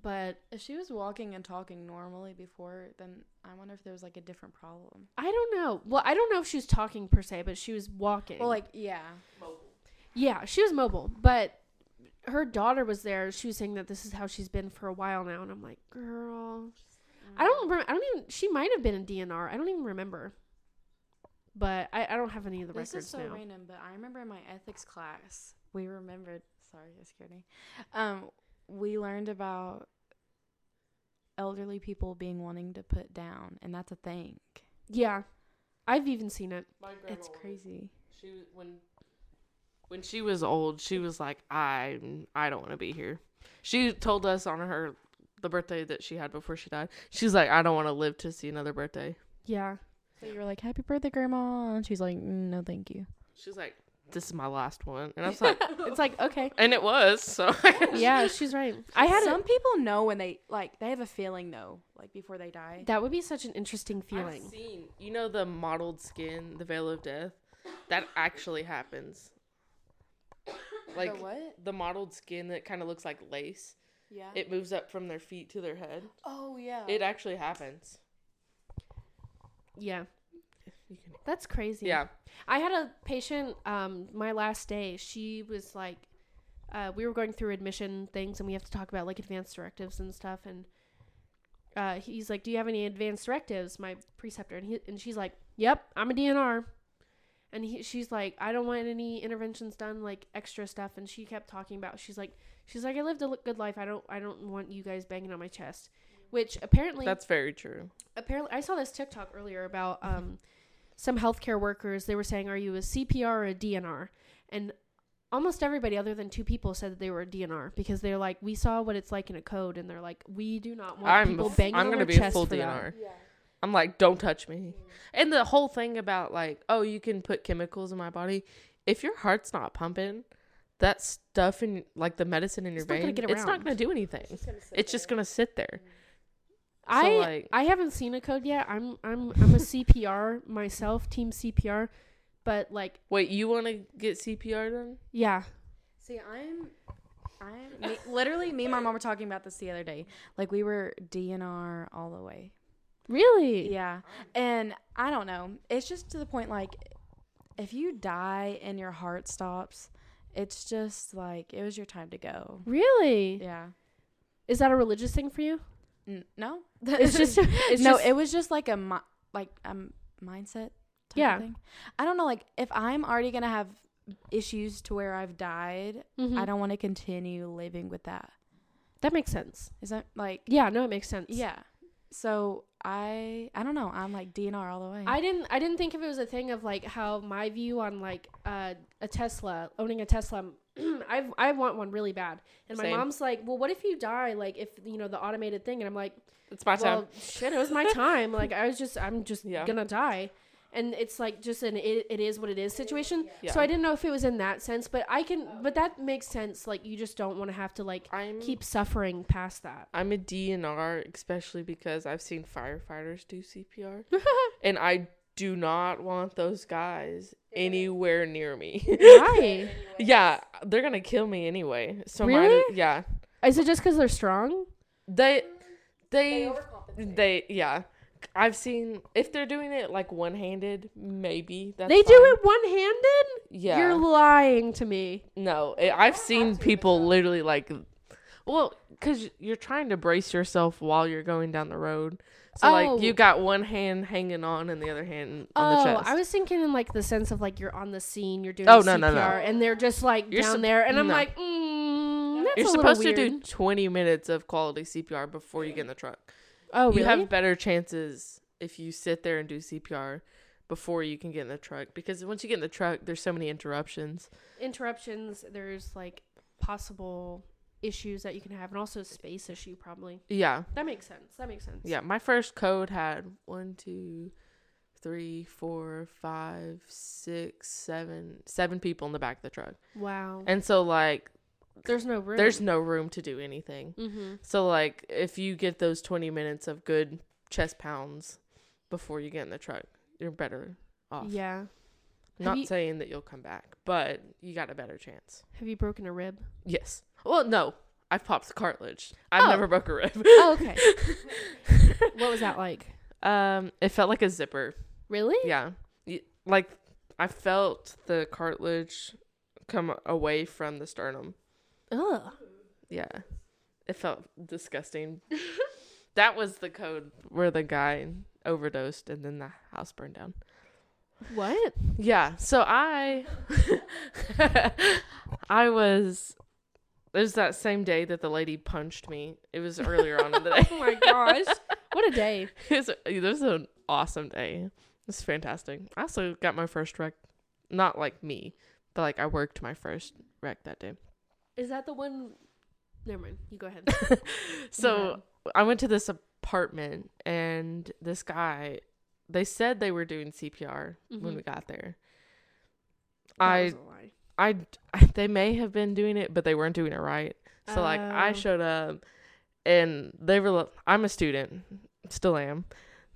[SPEAKER 2] but
[SPEAKER 3] If she was walking and talking normally before, then I wonder if there was like a different problem.
[SPEAKER 2] I don't know. Well, I don't know if she was talking per se, but she was walking.
[SPEAKER 3] Well, like yeah,
[SPEAKER 2] Yeah, she was mobile, but her daughter was there. She was saying that this is how she's been for a while now, and I'm like, girl, I don't. Rem- I don't even. She might have been in DNR. I don't even remember. But I, I don't have any of the
[SPEAKER 3] This
[SPEAKER 2] records
[SPEAKER 3] is so
[SPEAKER 2] now.
[SPEAKER 3] random, but I remember in my ethics class, we remembered. Sorry, that scared me. Um, we learned about elderly people being wanting to put down, and that's a thing.
[SPEAKER 2] Yeah, I've even seen it.
[SPEAKER 1] My grandma,
[SPEAKER 3] It's crazy.
[SPEAKER 1] She was- when when she was old, she was like, I I don't want to be here. She told us on her the birthday that she had before she died. She's like, I don't want to live to see another birthday.
[SPEAKER 3] <laughs>
[SPEAKER 2] Yeah,
[SPEAKER 3] So you were like, "Happy birthday, Grandma," and she's like, "Mm, "No, thank you."
[SPEAKER 1] She's like, this is my last one, and I was
[SPEAKER 4] <laughs>
[SPEAKER 1] like,
[SPEAKER 2] it's like okay.
[SPEAKER 1] and it was so.
[SPEAKER 2] Yeah, she's right. I had
[SPEAKER 3] some people know when they like they have a feeling though, like before they die.
[SPEAKER 2] a, that would be such an interesting
[SPEAKER 1] I've
[SPEAKER 2] feeling.
[SPEAKER 1] seen, you know, the mottled skin, the veil of death. That actually happens. Like
[SPEAKER 4] the what?
[SPEAKER 1] the mottled skin that kind of looks like lace.
[SPEAKER 4] Yeah.
[SPEAKER 1] It moves up from their feet to their head.
[SPEAKER 4] oh yeah.
[SPEAKER 1] It actually happens.
[SPEAKER 2] Yeah, that's crazy.
[SPEAKER 1] Yeah.
[SPEAKER 2] I had a patient um my last day. She was like uh we were going through admission things and we have to talk about like advanced directives and stuff and uh he's like, "Do you have any advanced directives?" my preceptor and he and she's like, "Yep, I'm a DNR." And he, she's like, "I don't want any interventions done like extra stuff." And she kept talking about she's like she's like, "I lived a li- good life. I don't I don't want you guys banging on my chest." Which apparently
[SPEAKER 1] That's very true.
[SPEAKER 2] apparently I saw this TikTok earlier about um some healthcare workers they were saying are you a CPR or a DNR and almost everybody other than two people said that they were a DNR because they're like we saw what it's like in a code and they're like we do not want
[SPEAKER 1] I'm
[SPEAKER 2] people
[SPEAKER 1] a f-
[SPEAKER 2] banging
[SPEAKER 1] I'm
[SPEAKER 2] on
[SPEAKER 1] gonna
[SPEAKER 2] their
[SPEAKER 1] be a
[SPEAKER 2] chest
[SPEAKER 1] full
[SPEAKER 2] for that."
[SPEAKER 1] DNR.
[SPEAKER 4] yeah. Mm-hmm.
[SPEAKER 1] I'm like, don't touch me. And the whole thing about like, oh, you can put chemicals in my body. If your heart's not pumping, that stuff in like the medicine in your
[SPEAKER 2] It's not gonna
[SPEAKER 1] vein,
[SPEAKER 2] get
[SPEAKER 1] it's not
[SPEAKER 2] around.
[SPEAKER 1] going to do anything.
[SPEAKER 4] It's gonna sit
[SPEAKER 1] It's just
[SPEAKER 4] there.
[SPEAKER 1] going to sit there.
[SPEAKER 2] Mm-hmm. I
[SPEAKER 1] So, like-
[SPEAKER 2] I haven't seen a code yet I'm I'm I'm a CPR myself team CPR but like
[SPEAKER 1] Wait, you want to get CPR done?
[SPEAKER 2] yeah
[SPEAKER 3] See, I'm, I'm me, literally me and my mom were talking about this the other day. Like we were DNR all the way.
[SPEAKER 2] really
[SPEAKER 3] Yeah, and I don't know. It's just to the point like, if you die and your heart stops, it's just like it was your time to go.
[SPEAKER 2] really
[SPEAKER 3] Yeah.
[SPEAKER 2] is that a religious thing for you
[SPEAKER 3] N- no. <laughs>
[SPEAKER 2] it's just it's
[SPEAKER 3] no.
[SPEAKER 2] just,
[SPEAKER 3] it was just like a mi- like um mindset. Type
[SPEAKER 2] Yeah.
[SPEAKER 3] Of thing. I don't know. Like if I'm already gonna have issues to where I've died,
[SPEAKER 2] Mhm.
[SPEAKER 3] I don't want to continue living with that.
[SPEAKER 2] that makes sense
[SPEAKER 3] Is that like
[SPEAKER 2] yeah no it makes sense
[SPEAKER 3] Yeah. So I I don't know. I'm like DNR all the
[SPEAKER 1] Mm.
[SPEAKER 3] way.
[SPEAKER 2] I didn't I didn't think if it was a thing of like how my view on like uh, a Tesla owning a Tesla <clears throat> I I want one really bad and my
[SPEAKER 1] Same.
[SPEAKER 2] mom's like well what if you die like if you know the automated thing and I'm like
[SPEAKER 1] It's my
[SPEAKER 2] well
[SPEAKER 1] time.
[SPEAKER 2] shit it was my time like I was just I'm just
[SPEAKER 1] Yeah.
[SPEAKER 2] gonna die and it's like just an it, it is what it is situation
[SPEAKER 1] Yeah.
[SPEAKER 2] so I didn't know if it was in that sense but I can but that makes sense like you just don't want to have to like
[SPEAKER 1] I'm
[SPEAKER 2] keep suffering
[SPEAKER 1] <laughs>
[SPEAKER 2] past that
[SPEAKER 1] I'm a DNR, especially because I've seen firefighters do CPR, and I do not want those guys anywhere near me. <laughs>
[SPEAKER 2] why
[SPEAKER 1] yeah, they're gonna kill me anyway. So my,
[SPEAKER 2] Really?
[SPEAKER 1] yeah,
[SPEAKER 2] is it just because they're strong
[SPEAKER 1] they they they,
[SPEAKER 4] overcompensate.
[SPEAKER 1] yeah. I've seen if they're doing it like one handed, maybe that's
[SPEAKER 2] they do
[SPEAKER 1] fine.
[SPEAKER 2] it one handed.
[SPEAKER 1] Yeah,
[SPEAKER 2] You're lying to me.
[SPEAKER 1] No, i I've seen people literally like, well, because you're trying to brace yourself while you're going down the road. So
[SPEAKER 2] Oh.
[SPEAKER 1] like you got one hand hanging on and the other hand on the chest.
[SPEAKER 2] I was thinking in like the sense of like you're on the scene, you're doing
[SPEAKER 1] Oh,
[SPEAKER 2] CPR,
[SPEAKER 1] no, no, no.
[SPEAKER 2] and they're just like
[SPEAKER 1] You're
[SPEAKER 2] down
[SPEAKER 1] sup-
[SPEAKER 2] there, and I'm
[SPEAKER 1] no.
[SPEAKER 2] like, mm, that's
[SPEAKER 1] you're
[SPEAKER 2] a
[SPEAKER 1] supposed
[SPEAKER 2] little
[SPEAKER 1] to
[SPEAKER 2] weird.
[SPEAKER 1] do 20 minutes of quality CPR before you get in the truck.
[SPEAKER 2] Oh, really?
[SPEAKER 1] You have better chances if you sit there and do CPR before you can get in the truck because once you get in the truck, there's so many interruptions.
[SPEAKER 2] Interruptions. There's like possible issues that you can have, and also a space issue probably.
[SPEAKER 1] Yeah.
[SPEAKER 2] That makes sense. That makes sense.
[SPEAKER 1] Yeah, my first code had one, two, three, four, five, six, seven, seven people in the back of the truck.
[SPEAKER 2] Wow.
[SPEAKER 1] And so like
[SPEAKER 2] there's no room.
[SPEAKER 1] there's no room to do anything.
[SPEAKER 2] Mm-hmm.
[SPEAKER 1] So like if you get those 20 minutes of good chest pounds before you get in the truck, you're better off.
[SPEAKER 2] Yeah.
[SPEAKER 1] Not
[SPEAKER 2] you-
[SPEAKER 1] saying that you'll come back, but you got a better chance.
[SPEAKER 2] Have you broken
[SPEAKER 1] <laughs>
[SPEAKER 2] a rib?
[SPEAKER 1] Yes. Well, no. I've popped cartilage. I've
[SPEAKER 2] Oh.
[SPEAKER 1] never broke a rib. <laughs>
[SPEAKER 2] oh, okay. What was that like?
[SPEAKER 1] Um, it felt like a zipper.
[SPEAKER 2] Really?
[SPEAKER 1] Yeah. Y- Like I felt the cartilage come away from the sternum.
[SPEAKER 2] Ugh.
[SPEAKER 1] Yeah. It felt
[SPEAKER 2] <laughs>
[SPEAKER 1] disgusting. that was the code where the guy overdosed and then the house burned down.
[SPEAKER 2] What?
[SPEAKER 1] Yeah. So I <laughs> I was it was that same day that the lady punched me. It was earlier on in the day. <laughs>
[SPEAKER 2] Oh my gosh. <laughs> What a day.
[SPEAKER 1] It was, it was an awesome day. It was fantastic. I also got my first wreck, not like me, but like I worked my first wreck that day. <laughs>
[SPEAKER 2] Is that the one? Never mind. You go ahead.
[SPEAKER 1] So I went to this apartment and this guy, they said they were doing CPR when
[SPEAKER 2] Mhm.
[SPEAKER 1] we got there.
[SPEAKER 2] That
[SPEAKER 1] I
[SPEAKER 2] was a lie.
[SPEAKER 1] I, they may have been doing it, but they weren't doing it right. So like I
[SPEAKER 2] Oh.
[SPEAKER 1] showed up, and they were. li- I'm a student, still am.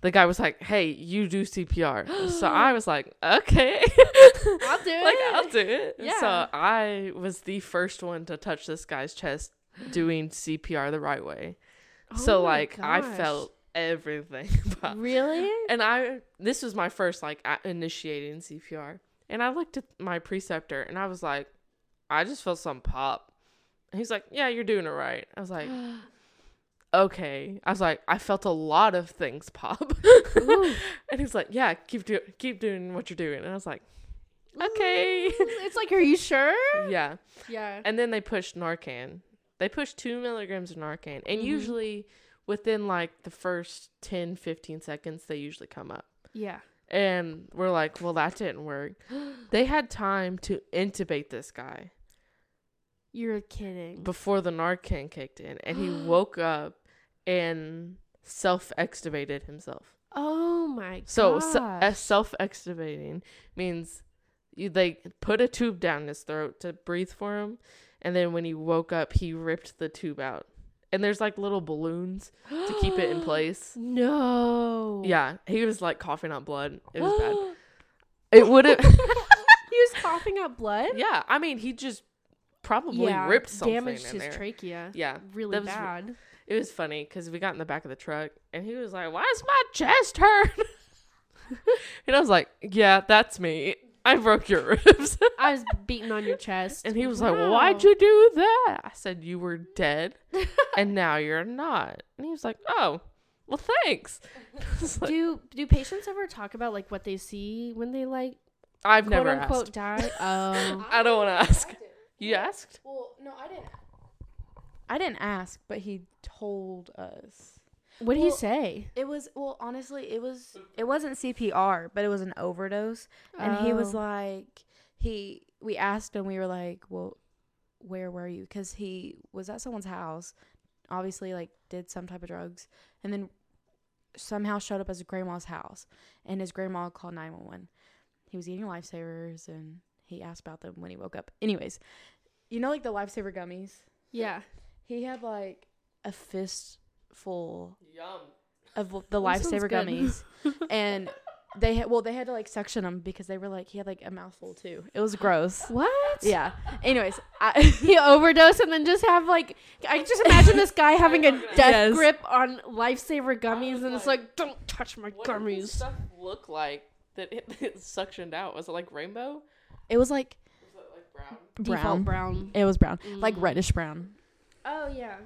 [SPEAKER 1] The guy was like, "Hey, you do
[SPEAKER 2] <gasps>
[SPEAKER 1] CPR." so I was like, "Okay,
[SPEAKER 2] I'll do
[SPEAKER 1] <laughs> like
[SPEAKER 2] it.
[SPEAKER 1] I'll do it."
[SPEAKER 2] Yeah.
[SPEAKER 1] So I was the first one to touch this guy's chest doing CPR the right way. so
[SPEAKER 2] Oh my
[SPEAKER 1] like I
[SPEAKER 2] gosh.
[SPEAKER 1] felt everything. <laughs> about-
[SPEAKER 2] Really?
[SPEAKER 1] and I this was my first like a- initiating CPR, and I looked at my preceptor and I was like, I just felt some pop. And he's like, Yeah, you're doing it right. I was
[SPEAKER 2] <gasps>
[SPEAKER 1] like, Okay. I was like, I felt a lot of things pop, <laughs>
[SPEAKER 2] Ooh.
[SPEAKER 1] and he's like, Yeah, keep do keep doing what you're doing. And I was like, Okay,
[SPEAKER 2] <laughs> it's like, are you sure?
[SPEAKER 1] yeah.
[SPEAKER 2] Yeah.
[SPEAKER 1] And then they pushed Narcan. They pushed two milligrams of Narcan, and
[SPEAKER 2] Mhm.
[SPEAKER 1] usually within like the first 10, 15 seconds, they usually come up.
[SPEAKER 2] Yeah. <gasps>
[SPEAKER 1] And we're like, well, that didn't work. They had time to intubate this guy
[SPEAKER 2] You're kidding.
[SPEAKER 1] before the Narcan kicked in, and
[SPEAKER 2] <gasps>
[SPEAKER 1] he woke up and self extubated himself.
[SPEAKER 2] Oh my
[SPEAKER 1] So,
[SPEAKER 2] gosh.
[SPEAKER 1] self extubating means you, they put a tube down his throat to breathe for him, and then when he woke up, he ripped the tube out. And there's like little balloons to keep
[SPEAKER 2] <gasps>
[SPEAKER 1] it in place.
[SPEAKER 2] No.
[SPEAKER 1] Yeah, he was like coughing out blood. It was bad.
[SPEAKER 2] <gasps>
[SPEAKER 1] It would have.
[SPEAKER 2] he was coughing up blood.
[SPEAKER 1] <laughs> Yeah, I mean, he just probably ripped something
[SPEAKER 2] damaged
[SPEAKER 1] in
[SPEAKER 2] his
[SPEAKER 1] there.
[SPEAKER 2] trachea.
[SPEAKER 1] yeah,
[SPEAKER 2] Really
[SPEAKER 1] that was-
[SPEAKER 2] bad.
[SPEAKER 1] it was funny because we got in the back of the truck and he was like, "Why is my chest hurt?" <laughs> and I was like, "Yeah, that's me. I broke your ribs." <laughs>
[SPEAKER 2] I was beating on your chest. <laughs>
[SPEAKER 1] and he was like, "Well,
[SPEAKER 2] Wow.
[SPEAKER 1] "Why'd you do that?" I said, "You were dead, and now you're not." And he was like, "Oh, well, thanks." <laughs> I was like,
[SPEAKER 2] do do patients ever talk about like what they see when they like
[SPEAKER 1] I've
[SPEAKER 2] quote
[SPEAKER 1] never
[SPEAKER 2] unquote
[SPEAKER 1] asked.
[SPEAKER 2] die? Oh,
[SPEAKER 1] I don't want to
[SPEAKER 4] I
[SPEAKER 1] ask.
[SPEAKER 4] did.
[SPEAKER 1] You asked?
[SPEAKER 4] Well, no, I didn't.
[SPEAKER 3] I didn't ask, but he told us.
[SPEAKER 2] what did he
[SPEAKER 3] Well,
[SPEAKER 2] say?
[SPEAKER 3] It was well, honestly, it was it wasn't CPR, but it was an overdose, and he was
[SPEAKER 2] Oh.
[SPEAKER 3] like he. We asked him, we were like, well, where were you? Because he was at someone's house, obviously, like did some type of drugs, and then somehow showed up at his grandma's house, and his grandma called nine one one. He was eating lifesavers, and he asked about them when he woke up. Anyways, you know, like the lifesaver gummies.
[SPEAKER 2] yeah.
[SPEAKER 3] He had like a fistful
[SPEAKER 1] Yum.
[SPEAKER 3] of l- the
[SPEAKER 2] <laughs> That sounds
[SPEAKER 3] lifesaver
[SPEAKER 2] good.
[SPEAKER 3] gummies,
[SPEAKER 2] <laughs>
[SPEAKER 3] and they had well they had to like section them because they were like he had like a mouthful too. It was
[SPEAKER 2] <laughs>
[SPEAKER 3] gross.
[SPEAKER 2] What?
[SPEAKER 3] Yeah. Anyways, I, <laughs>
[SPEAKER 2] He overdosed and then just have like I just imagine this guy having a death
[SPEAKER 3] Yes.
[SPEAKER 2] grip on lifesaver gummies and it's
[SPEAKER 1] like,
[SPEAKER 2] like don't touch my
[SPEAKER 1] What did this
[SPEAKER 2] gummies.
[SPEAKER 1] stuff look like that it, <laughs> it suctioned out? Was it like rainbow?
[SPEAKER 3] it was like
[SPEAKER 1] Was it like brown?
[SPEAKER 3] brown.
[SPEAKER 2] Default brown.
[SPEAKER 3] It was brown, like
[SPEAKER 2] Mm.
[SPEAKER 3] reddish brown.
[SPEAKER 2] Oh <laughs> yeah.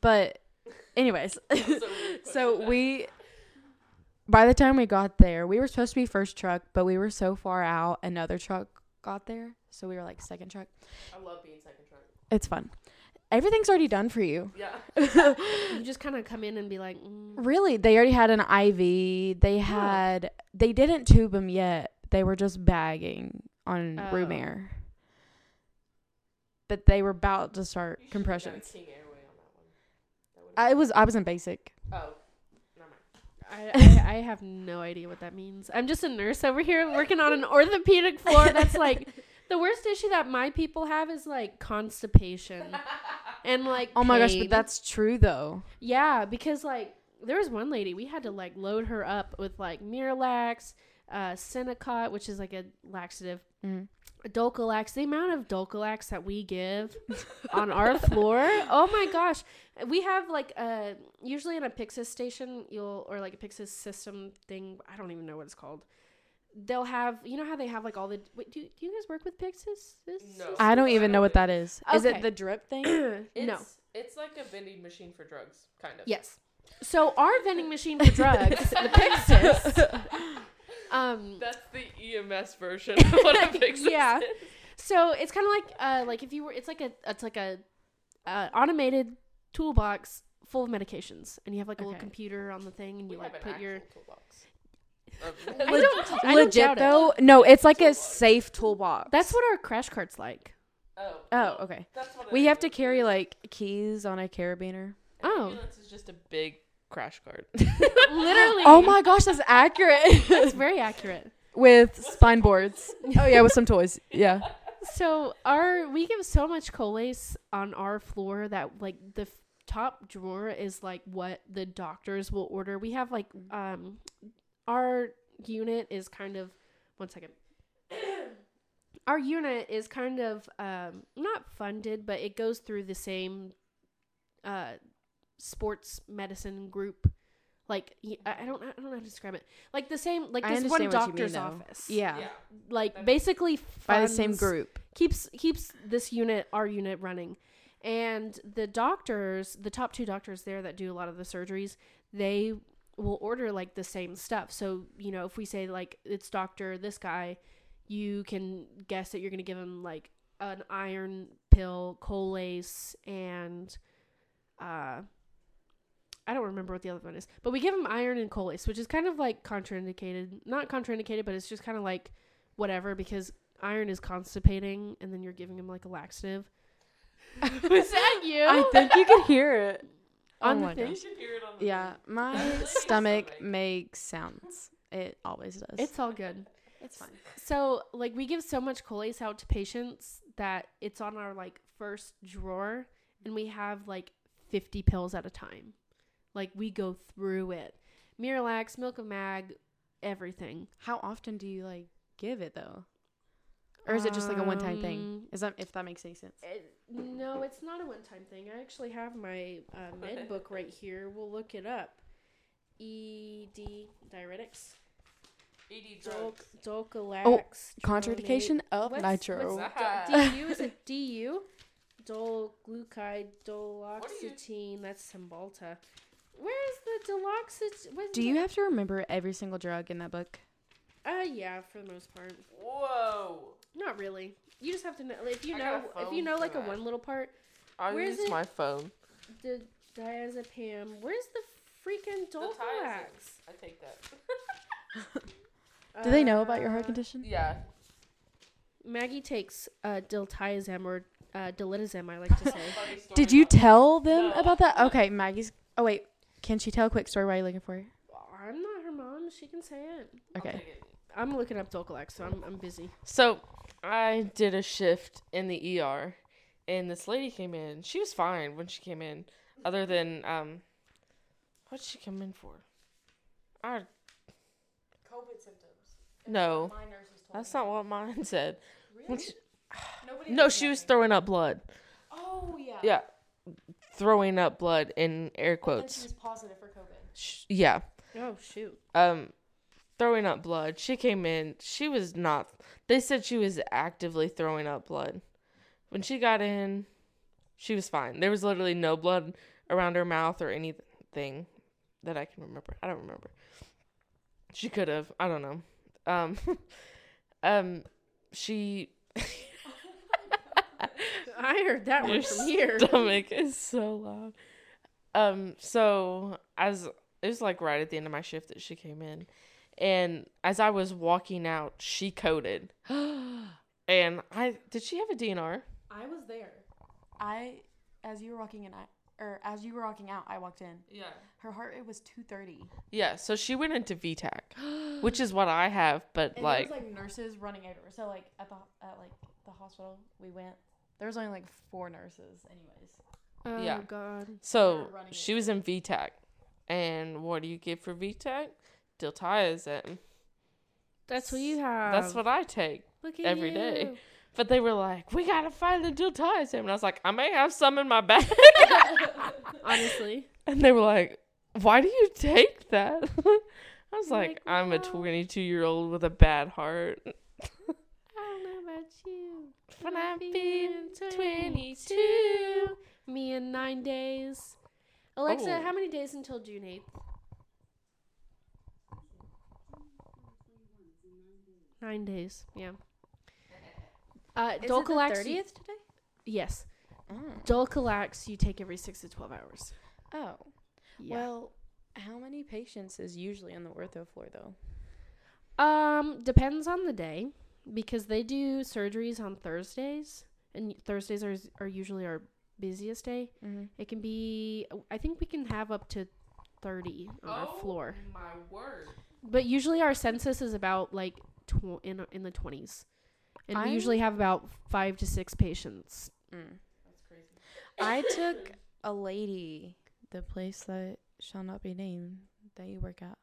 [SPEAKER 3] But,
[SPEAKER 2] <laughs>
[SPEAKER 3] anyways, <laughs> so we. By the time we got there, we were supposed to be first truck, but we were so far out, another truck got there, so we were like second truck.
[SPEAKER 1] I love being second truck.
[SPEAKER 3] It's fun. Everything's already done for you.
[SPEAKER 1] <laughs> Yeah.
[SPEAKER 2] You just kind of come in and be like, mm,
[SPEAKER 3] Really, they already had an IV.
[SPEAKER 2] Oh.
[SPEAKER 3] They had they didn't tube him yet. They were just bagging on room
[SPEAKER 2] Oh.
[SPEAKER 3] air. But they were about to start compressions.
[SPEAKER 1] King Airway on that
[SPEAKER 3] I was I was in basic.
[SPEAKER 2] <laughs>
[SPEAKER 1] one. Oh.
[SPEAKER 2] I, I, I have no idea what that means. I'm just a nurse over here working on an orthopedic floor. That's like the worst issue that my people have is like constipation and like.
[SPEAKER 3] Oh my gosh,
[SPEAKER 2] pain.
[SPEAKER 3] but that's true though.
[SPEAKER 2] yeah because like there was one lady we had to like load her up with like Miralax, uh, Cinecot, which is like a laxative.
[SPEAKER 3] Mhm.
[SPEAKER 2] Dulcolax, the amount of Dulcolax that we give on our floor, oh my gosh. We have like a usually in a Pixis station, you'll or like a Pixis system thing, I don't even know what it's called. they'll have you know how they have like all the wait, do, do you guys work with Pixies?
[SPEAKER 1] No.
[SPEAKER 3] I don't even know what that is. Is
[SPEAKER 2] Okay.
[SPEAKER 3] it the drip <clears throat> thing?
[SPEAKER 2] no.
[SPEAKER 1] It's like a vending machine for drugs, kind of.
[SPEAKER 2] Yes. So our vending machine for drugs, the Pixies. <laughs> Um,
[SPEAKER 1] That's the EMS version of what
[SPEAKER 3] <laughs>
[SPEAKER 1] a fix <laughs>
[SPEAKER 2] yeah. So it's kind of like uh, like if you were, it's like a it's like a uh, automated toolbox full of medications, and you have like a little
[SPEAKER 3] Okay.
[SPEAKER 2] computer on the thing, and you like put your.
[SPEAKER 1] <laughs> toolbox.
[SPEAKER 2] I
[SPEAKER 1] Of-
[SPEAKER 3] Leg- <laughs>
[SPEAKER 2] don't, I don't
[SPEAKER 3] Legit
[SPEAKER 2] doubt it.
[SPEAKER 3] though? No, it's like a
[SPEAKER 1] Toolbox.
[SPEAKER 3] safe toolbox.
[SPEAKER 2] That's what our crash cart's like.
[SPEAKER 1] oh,
[SPEAKER 3] Oh, okay.
[SPEAKER 1] That's what
[SPEAKER 3] We
[SPEAKER 1] it
[SPEAKER 3] have to
[SPEAKER 1] is.
[SPEAKER 3] carry like keys on a carabiner.
[SPEAKER 1] An
[SPEAKER 2] oh.
[SPEAKER 1] <laughs> ambulance is just a big crash cart.
[SPEAKER 2] Literally.
[SPEAKER 3] Oh my gosh, that's accurate.
[SPEAKER 2] It's very accurate.
[SPEAKER 3] with spine boards. Oh yeah, with some toys. Yeah.
[SPEAKER 2] So our we give so much colace on our floor that like the f- top drawer is like what the doctors will order. We have like
[SPEAKER 3] Mm.
[SPEAKER 2] um our unit is kind of one second. <coughs> our unit is kind of um not funded, but it goes through the same uh sports medicine group. Like y- I I don't I don't know how to describe it. Like the same like
[SPEAKER 3] I
[SPEAKER 2] this
[SPEAKER 3] understand
[SPEAKER 2] one
[SPEAKER 3] what you
[SPEAKER 2] doctor's
[SPEAKER 3] mean, though.
[SPEAKER 2] office.
[SPEAKER 3] <laughs> Yeah.
[SPEAKER 1] yeah.
[SPEAKER 3] <laughs>
[SPEAKER 2] Like basically
[SPEAKER 3] By the same
[SPEAKER 2] funds-
[SPEAKER 3] group.
[SPEAKER 2] keeps keeps this unit our unit running and the doctors the top two doctors there that do a lot of the surgeries they will order like the same stuff so you know if we say like it's doctor this guy you can guess that you're going to give him like an iron pill colace and uh I don't remember what the other one is, but we give him iron and colace, which is kind of like contraindicated. Not contraindicated, but it's just kind of like whatever because iron is constipating and then you're giving him like a <laughs> laxative. Was that you?
[SPEAKER 3] I
[SPEAKER 1] <laughs>
[SPEAKER 3] think you can hear it.
[SPEAKER 2] <laughs> On
[SPEAKER 3] oh
[SPEAKER 2] the
[SPEAKER 3] my
[SPEAKER 2] thing?
[SPEAKER 1] You
[SPEAKER 3] gosh.
[SPEAKER 1] should hear it on the
[SPEAKER 3] Yeah, my
[SPEAKER 1] Lady's
[SPEAKER 3] stomach
[SPEAKER 1] stomach.
[SPEAKER 3] makes sounds. It always does.
[SPEAKER 2] it's all good.
[SPEAKER 3] it's fine.
[SPEAKER 2] So, like, we give so much colace out to patients that it's on our like first drawer and we have like 50 pills at a time. Like, we go through it Miralax, Milk of Mag, everything.
[SPEAKER 3] How often do you like give it though? Or is it just like a one-time thing?
[SPEAKER 2] Um,
[SPEAKER 3] Is that if that makes any sense?
[SPEAKER 2] It, Uh, no, it's not a one-time thing. I actually have my
[SPEAKER 1] <laughs>
[SPEAKER 2] uh, med book right here. We'll look it up. ED diuretics,
[SPEAKER 1] ED E
[SPEAKER 2] Dol-
[SPEAKER 1] drugs.
[SPEAKER 2] Dolcolax.
[SPEAKER 3] Oh, Contraindication of
[SPEAKER 2] What's-
[SPEAKER 3] nitro.
[SPEAKER 1] what's
[SPEAKER 2] dronate-
[SPEAKER 1] that? <laughs>
[SPEAKER 2] DU is it DU? Dolglucide,
[SPEAKER 1] you-
[SPEAKER 2] doloxetine. That's Cymbalta. Where is the doloxetine?
[SPEAKER 3] do you have to remember every single drug in that book?
[SPEAKER 2] Uh, yeah, for the most part.
[SPEAKER 1] Whoa.
[SPEAKER 2] Not really. You just have to know if you
[SPEAKER 1] I
[SPEAKER 2] know
[SPEAKER 1] got a
[SPEAKER 2] if
[SPEAKER 1] phone
[SPEAKER 2] you know
[SPEAKER 1] for
[SPEAKER 2] like a
[SPEAKER 1] that.
[SPEAKER 2] one little part.
[SPEAKER 1] I
[SPEAKER 2] Where's
[SPEAKER 1] use
[SPEAKER 2] it?
[SPEAKER 1] my phone.
[SPEAKER 2] The diazepam. Where's the freaking
[SPEAKER 1] diazepam.
[SPEAKER 2] Dolcolax?
[SPEAKER 1] I take that. <laughs>
[SPEAKER 3] Do they know about your heart
[SPEAKER 2] Uh,
[SPEAKER 3] condition?
[SPEAKER 1] yeah.
[SPEAKER 2] Maggie takes uh, diltiazem or uh, dilitazem, I like to <laughs> say.
[SPEAKER 1] Funny story
[SPEAKER 3] Did you
[SPEAKER 1] about-
[SPEAKER 3] tell them
[SPEAKER 1] No.
[SPEAKER 3] about that? Okay, Maggie's. Oh wait, can she tell a quick story? Why are you looking for it?
[SPEAKER 2] I'm not her mom. She can say it.
[SPEAKER 1] I'll
[SPEAKER 3] Okay.
[SPEAKER 1] take it.
[SPEAKER 2] I'm looking up Dolcolax, so I'm, I'm busy.
[SPEAKER 1] So I did a shift in the ER, and this lady came in. She was fine when she came in, other than um, what would she come in for? I
[SPEAKER 4] COVID symptoms.
[SPEAKER 1] no,
[SPEAKER 4] My nurses told
[SPEAKER 1] that's not what mine <laughs> said. When she-
[SPEAKER 4] Nobody
[SPEAKER 1] no,
[SPEAKER 4] did
[SPEAKER 1] she was
[SPEAKER 4] nothing.
[SPEAKER 1] throwing up blood.
[SPEAKER 4] Oh yeah.
[SPEAKER 1] Yeah, throwing up blood in air
[SPEAKER 4] But then she
[SPEAKER 1] quotes.
[SPEAKER 4] was positive for COVID.
[SPEAKER 1] Sh- Yeah,
[SPEAKER 2] Oh, shoot.
[SPEAKER 1] um, throwing up blood. She came in. She was not. They said she was actively throwing up blood. When she got in, she was fine. There was literally no blood around her mouth or anything that I can remember. I don't remember. She could have. I don't know. Um, <laughs> um, she
[SPEAKER 2] <laughs> I heard that
[SPEAKER 1] Your
[SPEAKER 2] one <laughs>
[SPEAKER 1] <laughs>
[SPEAKER 2] from here.
[SPEAKER 1] stomach is so loud. Um, so as it was like right at the end of my shift that she came in, and as I was walking out, she coded, <gasps> and I did she have a DNR?
[SPEAKER 4] I was there.
[SPEAKER 3] I, as you were walking in, I, or as you were walking out, I walked in.
[SPEAKER 1] Yeah.
[SPEAKER 3] Her heart rate was two thirty.
[SPEAKER 1] Yeah. So she went into <gasps> VTAC, which is what I have, but like,
[SPEAKER 3] like nurses running over. So like at the at like the hospital we went, there was only like four nurses, anyways.
[SPEAKER 2] Oh,
[SPEAKER 1] Yeah.
[SPEAKER 2] God.
[SPEAKER 1] so
[SPEAKER 3] running
[SPEAKER 1] she was in VTAC, and what do you get for VTAC? Diltiazem.
[SPEAKER 2] That's what you have.
[SPEAKER 1] That's what I take.
[SPEAKER 2] Look at
[SPEAKER 1] every day.
[SPEAKER 2] you.
[SPEAKER 1] But they were like, "We gotta find the diltiazem," and I was like, "I may have some in my <laughs> bag."
[SPEAKER 2] Honestly.
[SPEAKER 1] And they were like, "Why do you take that?" <laughs> I was
[SPEAKER 2] You're
[SPEAKER 1] like,
[SPEAKER 2] like,
[SPEAKER 1] I'm a
[SPEAKER 2] "Wow."
[SPEAKER 1] 22 year old with a bad heart.
[SPEAKER 2] <laughs> I don't know about you.
[SPEAKER 1] When
[SPEAKER 2] I'm
[SPEAKER 1] I'm
[SPEAKER 2] feeling
[SPEAKER 1] feeling
[SPEAKER 2] 22.
[SPEAKER 1] 22.
[SPEAKER 2] Me in nine days. Alexa,
[SPEAKER 1] Oh.
[SPEAKER 2] how many days until June 8th? Nine days, yeah. Uh,
[SPEAKER 3] Is it the
[SPEAKER 2] Dulcolax, you-
[SPEAKER 3] 30th today?
[SPEAKER 2] yes. Mm.
[SPEAKER 3] Oh.
[SPEAKER 2] Dulcolax, you take every six to 12 hours.
[SPEAKER 3] Oh.
[SPEAKER 2] Yeah.
[SPEAKER 3] Well, how many patients is usually on the ortho floor though?
[SPEAKER 2] um, depends on the day because they do surgeries on Thursdays, and Thursdays are, are usually our busiest day.
[SPEAKER 3] Mm-hmm.
[SPEAKER 2] It can be. I think we can have up to thirty on
[SPEAKER 1] Oh.
[SPEAKER 2] our floor,
[SPEAKER 1] My word.
[SPEAKER 2] but usually our census is about like tw- in in the twenties, and we
[SPEAKER 3] I'm-
[SPEAKER 2] usually have about five to six patients.
[SPEAKER 3] Mm.
[SPEAKER 1] That's crazy.
[SPEAKER 3] I took a lady, the place that shall not be named that you work at.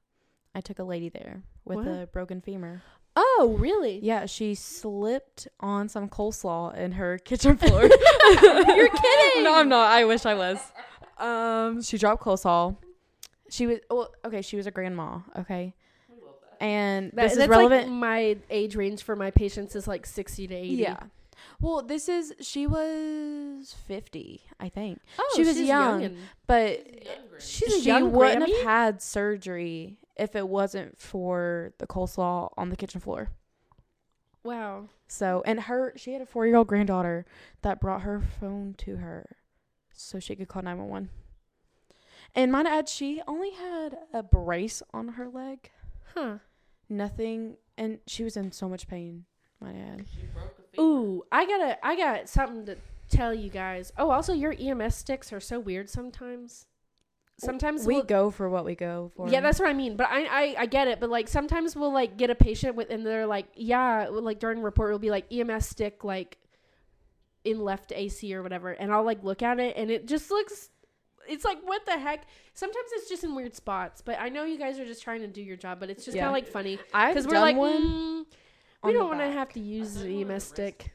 [SPEAKER 3] I took a lady there with
[SPEAKER 2] What?
[SPEAKER 3] a broken femur.
[SPEAKER 2] Oh, really?
[SPEAKER 3] Yeah, she slipped on some coleslaw in her <laughs> kitchen
[SPEAKER 2] <laughs>
[SPEAKER 3] floor.
[SPEAKER 2] You're kidding.
[SPEAKER 3] No, I'm not. I wish I was. Um, she dropped coleslaw. She was well, okay. She was a grandma. Okay, and
[SPEAKER 2] That-
[SPEAKER 3] this is
[SPEAKER 2] that's
[SPEAKER 3] relevant.
[SPEAKER 2] like my age range for my patients is like sixty to eighty.
[SPEAKER 3] yeah. Well, this is she was fifty, I think,
[SPEAKER 2] Oh,
[SPEAKER 3] She was young.
[SPEAKER 2] young and-
[SPEAKER 3] but
[SPEAKER 2] she's a
[SPEAKER 3] she
[SPEAKER 2] young
[SPEAKER 3] wouldn't
[SPEAKER 2] Grammy?
[SPEAKER 3] have had surgery if it wasn't for the coleslaw on the kitchen floor.
[SPEAKER 2] wow.
[SPEAKER 3] So, and her, she had a four year old granddaughter that brought her phone to her so she could call 911. And might I add, she only had a brace on her leg,
[SPEAKER 2] Huh.
[SPEAKER 3] nothing, and she was in so much pain, might I add.
[SPEAKER 2] Ooh, I gotta, I got something to tell you guys. Oh, also your EMS sticks are so weird sometimes. Sometimes
[SPEAKER 3] we
[SPEAKER 2] we'll-
[SPEAKER 3] go for what we go for.
[SPEAKER 2] Yeah, that's what I mean. But I, I I get it. But like sometimes we'll like get a patient with and they're like, yeah, like during report it'll be like EMS stick like in left AC or whatever, and I'll like look at it and it just looks. It's like what the heck. Sometimes it's just in weird spots, but I know you guys are just trying to do your job, but it's just
[SPEAKER 3] Yeah.
[SPEAKER 2] kind of like funny
[SPEAKER 3] I've
[SPEAKER 2] because
[SPEAKER 3] done
[SPEAKER 2] we're like,
[SPEAKER 3] one.
[SPEAKER 2] "Mm, we
[SPEAKER 3] on the
[SPEAKER 2] don't want to
[SPEAKER 3] back.
[SPEAKER 2] have to use the EMS stick.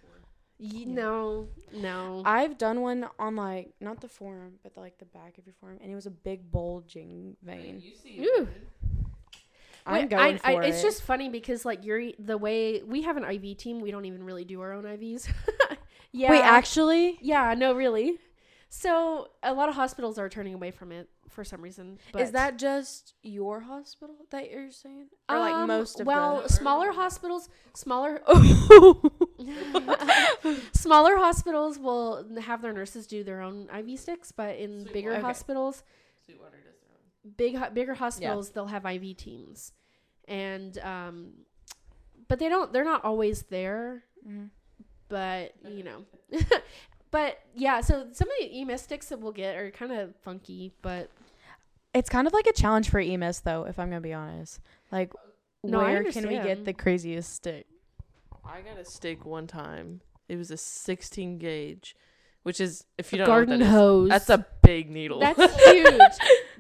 [SPEAKER 2] Y- No, no.
[SPEAKER 3] I've done one on like, not the forearm, but like the back of your forearm, and it was a big bulging vein.
[SPEAKER 2] Ooh.
[SPEAKER 3] I'm
[SPEAKER 2] Wait,
[SPEAKER 3] going
[SPEAKER 2] I- I-
[SPEAKER 3] for
[SPEAKER 2] It's
[SPEAKER 3] it.
[SPEAKER 2] just funny because like you're e, the way we have an IV team, we don't even really do our own <laughs> IVs. yeah.
[SPEAKER 3] Wait, actually?
[SPEAKER 2] Yeah, no, really. So a lot of hospitals are turning away from it for some reason. But
[SPEAKER 3] is that just your hospital that you're saying, or
[SPEAKER 2] Um,
[SPEAKER 3] like most of
[SPEAKER 2] well, <laughs>
[SPEAKER 1] the-
[SPEAKER 2] smaller hospitals, smaller, oh, <laughs> smaller hospitals will have their nurses do their own IV sticks, but in
[SPEAKER 1] Sweet.
[SPEAKER 2] bigger
[SPEAKER 1] Okay.
[SPEAKER 2] hospitals,
[SPEAKER 1] Sweetwater does their own.
[SPEAKER 2] big ho- bigger hospitals they'll have IV teams, and um, but they don't. They're not always there.
[SPEAKER 1] Mm-hmm.
[SPEAKER 3] Mhm.
[SPEAKER 2] But you know, <laughs> but yeah. So some of the EMS sticks that we'll get are kind of funky, but
[SPEAKER 3] <laughs> It's kind of like a challenge for EMS, though, if I'm gonna be honest. Like,
[SPEAKER 2] No, I
[SPEAKER 3] where can we get
[SPEAKER 2] understand.
[SPEAKER 3] the craziest stick?
[SPEAKER 1] I got a stick one time. It was a 16 gauge, which is if you don't
[SPEAKER 2] garden
[SPEAKER 1] know what that is,
[SPEAKER 2] hose.
[SPEAKER 1] that's a big needle. <laughs>
[SPEAKER 2] That's huge.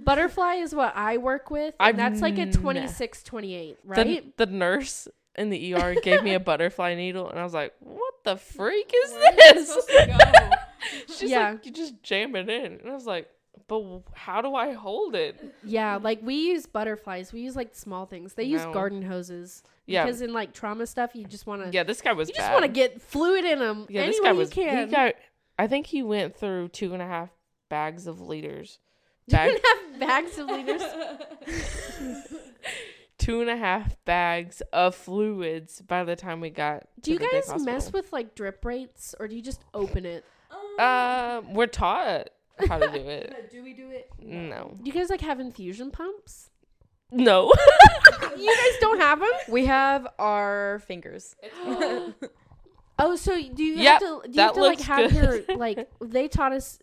[SPEAKER 2] Butterfly is what I work with. And
[SPEAKER 1] I've
[SPEAKER 2] that's like a
[SPEAKER 1] n-
[SPEAKER 2] 26, 28,
[SPEAKER 1] The-
[SPEAKER 2] right?
[SPEAKER 1] The, nurse in the ER gave <laughs> me a butterfly needle, and I was like, "What the freak is <laughs> this?" She's
[SPEAKER 2] Yeah.
[SPEAKER 1] like, "You just jam it in," and I was like, "But w- how do I hold it?"
[SPEAKER 2] <laughs> yeah, like we use butterflies. We use like small things. They use
[SPEAKER 1] No.
[SPEAKER 2] garden hoses.
[SPEAKER 1] Yeah,
[SPEAKER 2] Because in like trauma stuff, you just want to
[SPEAKER 1] yeah. This guy was.
[SPEAKER 2] Uh, you just
[SPEAKER 1] bad.
[SPEAKER 2] want to get fluid in them
[SPEAKER 1] Yeah,
[SPEAKER 2] any
[SPEAKER 1] this
[SPEAKER 2] way
[SPEAKER 1] guy was.
[SPEAKER 2] you can.
[SPEAKER 1] He got. I think he went through two and a half bags of liters.
[SPEAKER 2] <laughs> you
[SPEAKER 1] Bag,
[SPEAKER 2] <laughs> can have
[SPEAKER 1] <laughs>
[SPEAKER 2] bags of leaders.
[SPEAKER 1] two and a half bags of fluids by the time we got.
[SPEAKER 2] Do you
[SPEAKER 1] to the big
[SPEAKER 2] guys mess
[SPEAKER 1] hospital.
[SPEAKER 2] with like drip rates or do you just open it?
[SPEAKER 1] Uh, we're taught how to do it.
[SPEAKER 4] <laughs> do we do it?
[SPEAKER 1] No.
[SPEAKER 2] Do you guys like have infusion pumps?
[SPEAKER 1] No.
[SPEAKER 2] You guys don't have them?
[SPEAKER 3] We have our fingers.
[SPEAKER 2] Oh, so do you
[SPEAKER 1] Yep,
[SPEAKER 2] have to? Do you
[SPEAKER 1] that
[SPEAKER 2] have to like
[SPEAKER 1] looks
[SPEAKER 2] have
[SPEAKER 1] good. <laughs>
[SPEAKER 2] your like? They taught us,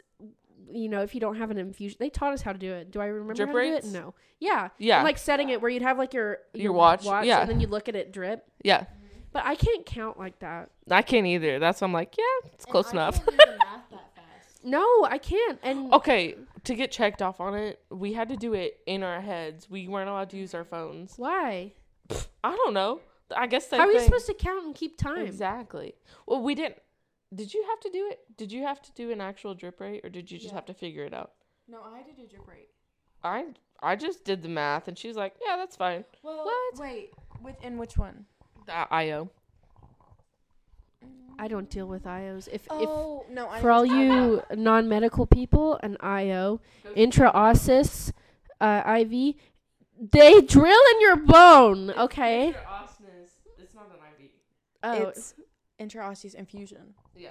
[SPEAKER 2] you know, if you don't have an infusion, they taught us how to do it. Do I remember
[SPEAKER 1] Drip
[SPEAKER 2] how to
[SPEAKER 1] rates?
[SPEAKER 2] do it? No. Yeah.
[SPEAKER 1] <laughs> yeah.
[SPEAKER 2] Like setting it where you'd have like your
[SPEAKER 1] Your watch, yeah.
[SPEAKER 2] and then you look at it drip.
[SPEAKER 1] yeah.
[SPEAKER 2] But I can't count like that.
[SPEAKER 1] I can't either. That's why I'm like, yeah, it's close enough.
[SPEAKER 4] I can't do the
[SPEAKER 1] <laughs>
[SPEAKER 4] math that fast.
[SPEAKER 2] No, I can't. And
[SPEAKER 1] Okay, to get checked off on it, we had to do it in our heads. We weren't allowed to use our phones.
[SPEAKER 2] why?
[SPEAKER 1] I don't know. I guess they
[SPEAKER 2] how are you supposed to count and keep time?
[SPEAKER 1] Exactly. Well, we didn't. Did you have to do it? Did you have to do an actual drip rate, or did you just
[SPEAKER 4] Yeah.
[SPEAKER 1] have to figure it out?
[SPEAKER 4] No, I had to do drip rate.
[SPEAKER 1] I I just did the math, and she was like, yeah, that's fine.
[SPEAKER 4] Well,
[SPEAKER 2] What?
[SPEAKER 4] Wait, within which one?
[SPEAKER 1] Uh, IO.
[SPEAKER 2] I don't deal with IOs. If
[SPEAKER 3] Oh,
[SPEAKER 4] no,
[SPEAKER 2] if for all you non-medical people, an IO, intraosseous, uh, IV, they drill in your bone. Okay.
[SPEAKER 1] It's not an IV.
[SPEAKER 2] Oh,
[SPEAKER 3] It's interosseous infusion.
[SPEAKER 1] Yeah.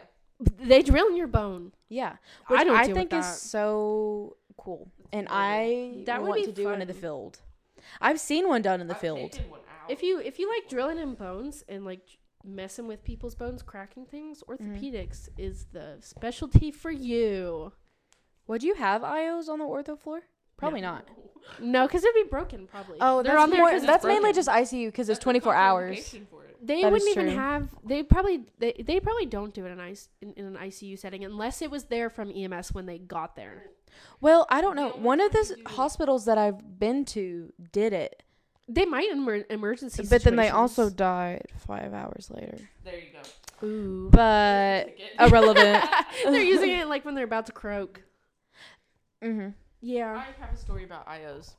[SPEAKER 2] they drill in your bone.
[SPEAKER 3] Yeah,
[SPEAKER 2] I
[SPEAKER 3] which I,
[SPEAKER 2] don't deal with
[SPEAKER 3] think is
[SPEAKER 2] that.
[SPEAKER 3] so cool, and I
[SPEAKER 2] That would
[SPEAKER 3] want
[SPEAKER 2] be
[SPEAKER 3] to do one in the
[SPEAKER 2] fun.
[SPEAKER 3] field. I've seen one done in the field.
[SPEAKER 2] If you if you like drilling in bones and like messing with people's bones, cracking things, orthopedics is the specialty for you.
[SPEAKER 3] Would you have IOs on the ortho floor? Probably not.
[SPEAKER 2] No, because it'd be broken probably.
[SPEAKER 3] Oh,
[SPEAKER 1] They're on there
[SPEAKER 2] more- 'cause it's
[SPEAKER 1] that's
[SPEAKER 2] mainly broken.
[SPEAKER 3] just ICU because
[SPEAKER 2] They
[SPEAKER 3] That is
[SPEAKER 2] wouldn't even
[SPEAKER 3] true.
[SPEAKER 2] have. They probably they, they probably don't do it in, ice, in in an ICU setting unless it was there from EMS when they got there.
[SPEAKER 3] Well, I don't know. One of the s- hospitals that I've been to did it,
[SPEAKER 2] They might in emer- emergency.
[SPEAKER 3] but then they also
[SPEAKER 2] situations.
[SPEAKER 3] died five hours later.
[SPEAKER 1] There you go.
[SPEAKER 2] <laughs> Ooh.
[SPEAKER 3] But irrelevant.
[SPEAKER 2] <laughs> they're using it like when they're about to croak.
[SPEAKER 3] mm-hmm.
[SPEAKER 2] Yeah.
[SPEAKER 1] I have a story about IOs.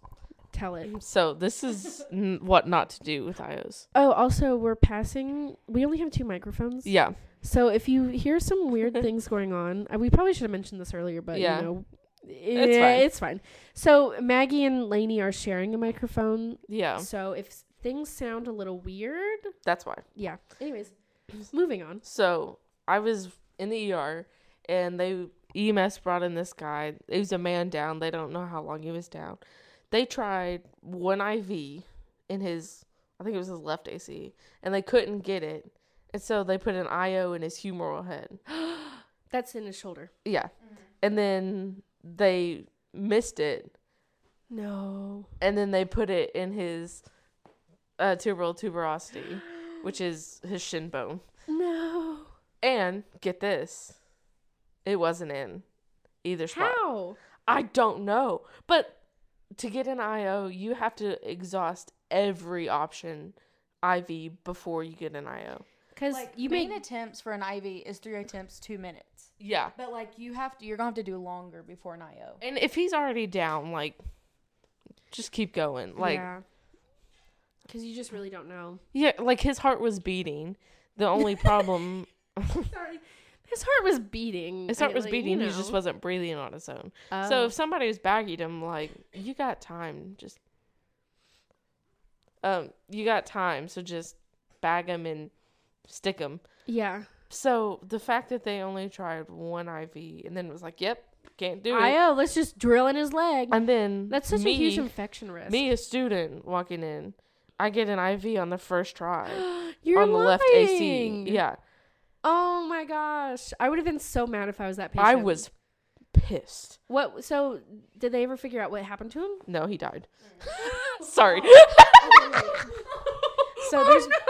[SPEAKER 2] Tell it.
[SPEAKER 1] So this <laughs> is n- what not to do with IOs.
[SPEAKER 2] Oh, also we're passing. We only have two microphones.
[SPEAKER 1] Yeah.
[SPEAKER 2] So if you hear some <laughs> weird things going on, uh, we probably should have mentioned this earlier, but
[SPEAKER 1] Yeah.
[SPEAKER 2] you know,
[SPEAKER 1] It's
[SPEAKER 2] eh,
[SPEAKER 1] fine.
[SPEAKER 2] it's fine. So Maggie and Lainey are sharing a microphone.
[SPEAKER 1] Yeah.
[SPEAKER 2] So if s- things sound a little weird,
[SPEAKER 1] That's why.
[SPEAKER 2] yeah.
[SPEAKER 1] <clears throat>
[SPEAKER 2] Anyways, moving on.
[SPEAKER 1] So I was in the ER, and they EMS brought in this guy. It was a man down. They don't know how long he was down. They tried one IV in his, I think it was his left AC, and they couldn't get it, and so they put an IO in his humeral head.
[SPEAKER 2] That's in his shoulder.
[SPEAKER 1] Yeah, and then they missed it,
[SPEAKER 2] No.
[SPEAKER 1] and then they put it in his uh, tuberal tuberosity, which is his shin bone.
[SPEAKER 2] No.
[SPEAKER 1] And get this, it wasn't in either spot.
[SPEAKER 2] How?
[SPEAKER 1] I don't know, but to get an IO, you have to exhaust every option IV before you get an IO.
[SPEAKER 2] Because you made
[SPEAKER 3] attempts for an IV is three attempts, two minutes.
[SPEAKER 1] Yeah,
[SPEAKER 3] But like you have to, you're gonna have to do longer before an IO.
[SPEAKER 1] and if he's already down, like, just keep going. Like, yeah,
[SPEAKER 2] Because you just really
[SPEAKER 1] <laughs>
[SPEAKER 2] don't know.
[SPEAKER 1] like his heart was beating. The only <laughs> problem,
[SPEAKER 2] Sorry. His heart was beating.
[SPEAKER 1] his heart
[SPEAKER 2] I-
[SPEAKER 1] was
[SPEAKER 2] like,
[SPEAKER 1] beating.
[SPEAKER 2] you
[SPEAKER 1] He just
[SPEAKER 2] know.
[SPEAKER 1] wasn't breathing on his own. So
[SPEAKER 3] Um,
[SPEAKER 2] Oh.
[SPEAKER 1] if somebody was baggied him, like you got time, just um, you got time, so just bag him and stick him.
[SPEAKER 2] yeah.
[SPEAKER 1] So the fact that they only tried one IV and then was like, "Yep, can't do it,"
[SPEAKER 2] IO, let's just drill in his leg.
[SPEAKER 1] and then
[SPEAKER 2] That's such
[SPEAKER 1] me,
[SPEAKER 2] a huge infection risk.
[SPEAKER 1] me, a student walking in, I get an IV on the first try
[SPEAKER 2] <gasps> <gasps> You're
[SPEAKER 1] on the
[SPEAKER 2] lying.
[SPEAKER 1] left AC. Yeah,
[SPEAKER 2] Oh my gosh. I would have been so mad if I was that patient.
[SPEAKER 1] I was pissed.
[SPEAKER 2] What? So did they ever figure out what happened to him?
[SPEAKER 1] No, he <laughs> died. Sorry. Oh,
[SPEAKER 3] So there's
[SPEAKER 2] <laughs>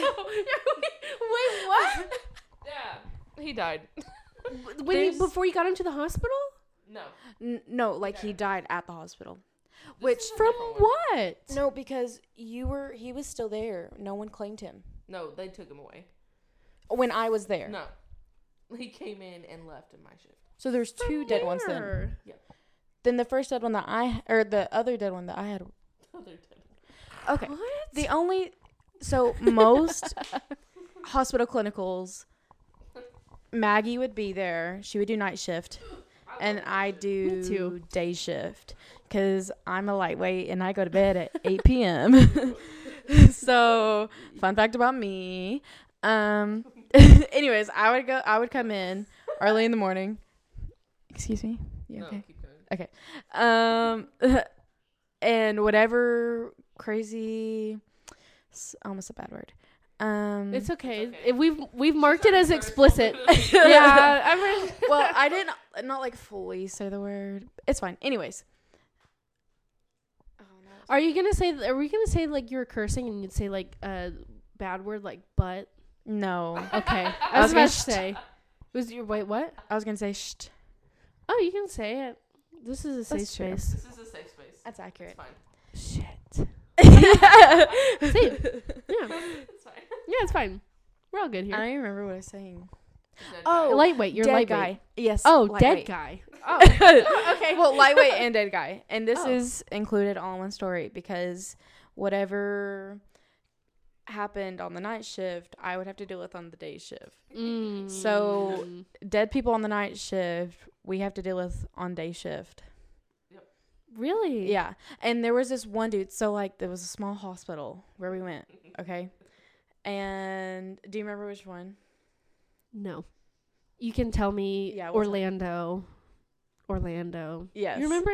[SPEAKER 3] Oh, <laughs>
[SPEAKER 2] Wait, what?
[SPEAKER 1] Oh, yeah, he died.
[SPEAKER 2] <laughs> When you,
[SPEAKER 1] There's-
[SPEAKER 2] before you got him to the hospital?
[SPEAKER 1] No.
[SPEAKER 3] N- no, like he died at the hospital.
[SPEAKER 1] Which
[SPEAKER 2] From what?
[SPEAKER 3] No, because you were he was still there. No one claimed him
[SPEAKER 1] No, they took him away.
[SPEAKER 3] when I was there.
[SPEAKER 1] No. He came in and left in my shift. <laughs>
[SPEAKER 3] So there's two dead ones then.
[SPEAKER 2] Where?
[SPEAKER 3] Then the first dead one that I or the other dead one that I had. Okay.
[SPEAKER 2] What?
[SPEAKER 3] The only so most hospital clinicals Maggie would be there. She would do night shift. And I do
[SPEAKER 2] Me too.
[SPEAKER 3] day shift because I'm a lightweight and I go to bed at 8 p.m. <laughs> so, fun fact about me. Um, <laughs> anyways, I would go, I would come in early in the morning. Excuse me. You okay?
[SPEAKER 1] keep going.
[SPEAKER 3] um <laughs> and whatever crazy s- almost a bad word um
[SPEAKER 2] It's okay.
[SPEAKER 1] It's okay.
[SPEAKER 2] It- We've we've marked it as
[SPEAKER 3] <laughs>
[SPEAKER 2] explicit.
[SPEAKER 3] yeah <laughs>
[SPEAKER 2] yeah, I'm re-
[SPEAKER 3] well i didn't not like fully say the word it's fine anyways
[SPEAKER 2] Are you gonna say? Are we gonna say like you were cursing and you'd say like a bad word like butt?
[SPEAKER 3] no <laughs>
[SPEAKER 2] Okay,
[SPEAKER 3] I
[SPEAKER 2] I was
[SPEAKER 3] was gonna
[SPEAKER 2] about to
[SPEAKER 3] sh-
[SPEAKER 2] say. Was your wait what?
[SPEAKER 3] i was gonna say shh
[SPEAKER 2] Oh, you can say it. This is a safe
[SPEAKER 3] That's true.
[SPEAKER 2] space.
[SPEAKER 1] This is a safe space.
[SPEAKER 3] that's
[SPEAKER 1] It's
[SPEAKER 3] <laughs> accurate
[SPEAKER 1] fine. <laughs>
[SPEAKER 2] Shit.
[SPEAKER 3] i <laughs>
[SPEAKER 2] Yeah. yeah,
[SPEAKER 1] It's fine.
[SPEAKER 2] it's fine. We're all good here.
[SPEAKER 3] don't even remember what i was saying
[SPEAKER 1] It's dead
[SPEAKER 3] Oh,
[SPEAKER 1] guy.
[SPEAKER 2] lightweight. You're
[SPEAKER 3] dead
[SPEAKER 2] lightweight.
[SPEAKER 3] guy yes
[SPEAKER 2] Oh,
[SPEAKER 3] lightweight.
[SPEAKER 2] dead guy.
[SPEAKER 3] <laughs> Oh. okay. Well, lightweight and dead guy, and this
[SPEAKER 5] Oh.
[SPEAKER 3] is included all in one story because whatever happened on the night shift, I would have to deal with on the day shift. So-
[SPEAKER 2] Mm.
[SPEAKER 3] Dead people on the night shift, we have to deal with on day shift.
[SPEAKER 2] really?
[SPEAKER 3] Yeah. And there was this one dude. So, like, there was a small hospital where we went. Okay. And do you remember which one?
[SPEAKER 2] No. You can tell me
[SPEAKER 3] Yeah, we'll tell-
[SPEAKER 2] Orlando. Orlando.
[SPEAKER 3] Yes.
[SPEAKER 2] You remember?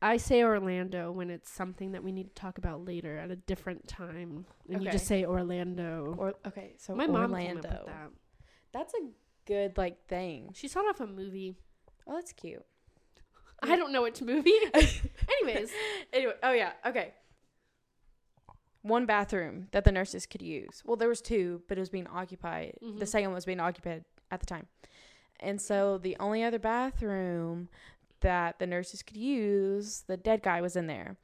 [SPEAKER 2] I say Orlando when it's something that we need to talk about later at a different time. And you just say Orlando.
[SPEAKER 3] Or, okay. So,
[SPEAKER 2] My mom
[SPEAKER 3] Orlando.
[SPEAKER 2] came up with that.
[SPEAKER 3] That's a good, like, thing.
[SPEAKER 2] She saw it off a
[SPEAKER 3] <laughs>
[SPEAKER 2] movie.
[SPEAKER 3] Oh, that's cute.
[SPEAKER 2] I don't know which
[SPEAKER 3] <laughs>
[SPEAKER 2] movie. Anyways,
[SPEAKER 3] Anyway, oh yeah, okay. One bathroom that the nurses could use. Well, there was two, but it was being occupied. The
[SPEAKER 2] Mhm.
[SPEAKER 3] second one was being occupied at the time, and so the only other bathroom that the nurses could use, the dead guy was
[SPEAKER 2] <laughs>
[SPEAKER 3] in there,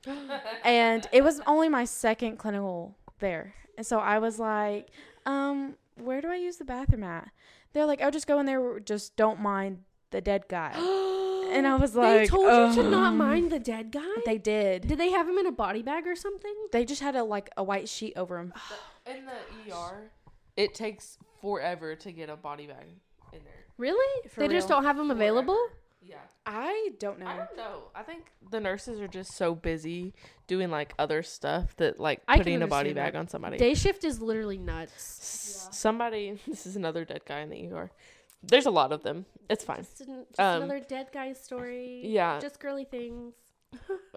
[SPEAKER 3] and it was only my second clinical there, and so I was like, um, where do I use the bathroom at? They're like, oh, just go in there. Just don't mind the dead
[SPEAKER 2] <gasps>
[SPEAKER 3] guy.
[SPEAKER 2] and
[SPEAKER 3] and I was
[SPEAKER 2] they
[SPEAKER 3] like, um,
[SPEAKER 2] told you to not
[SPEAKER 3] "Ugh."
[SPEAKER 2] mind the dead guy.
[SPEAKER 3] They did.
[SPEAKER 2] Did they have him in a body bag or something?
[SPEAKER 3] They just had a like a white sheet over him.
[SPEAKER 1] In the ER, it takes forever to get a body bag in there.
[SPEAKER 2] Really?
[SPEAKER 3] For
[SPEAKER 2] they just
[SPEAKER 3] real.
[SPEAKER 2] don't have him available.
[SPEAKER 1] Yeah.
[SPEAKER 3] I don't know.
[SPEAKER 1] I don't know. I think the nurses are just so busy doing like other stuff that like
[SPEAKER 2] I can
[SPEAKER 1] putting a body
[SPEAKER 2] understand
[SPEAKER 1] bag on somebody.
[SPEAKER 2] Day shift is literally nuts.
[SPEAKER 1] S- Somebody, <laughs> this is another dead guy in the ER. There's a lot of them. It's fine.
[SPEAKER 2] Just, an, just
[SPEAKER 1] Um,
[SPEAKER 2] another dead guy story.
[SPEAKER 1] yeah.
[SPEAKER 2] Just girly things.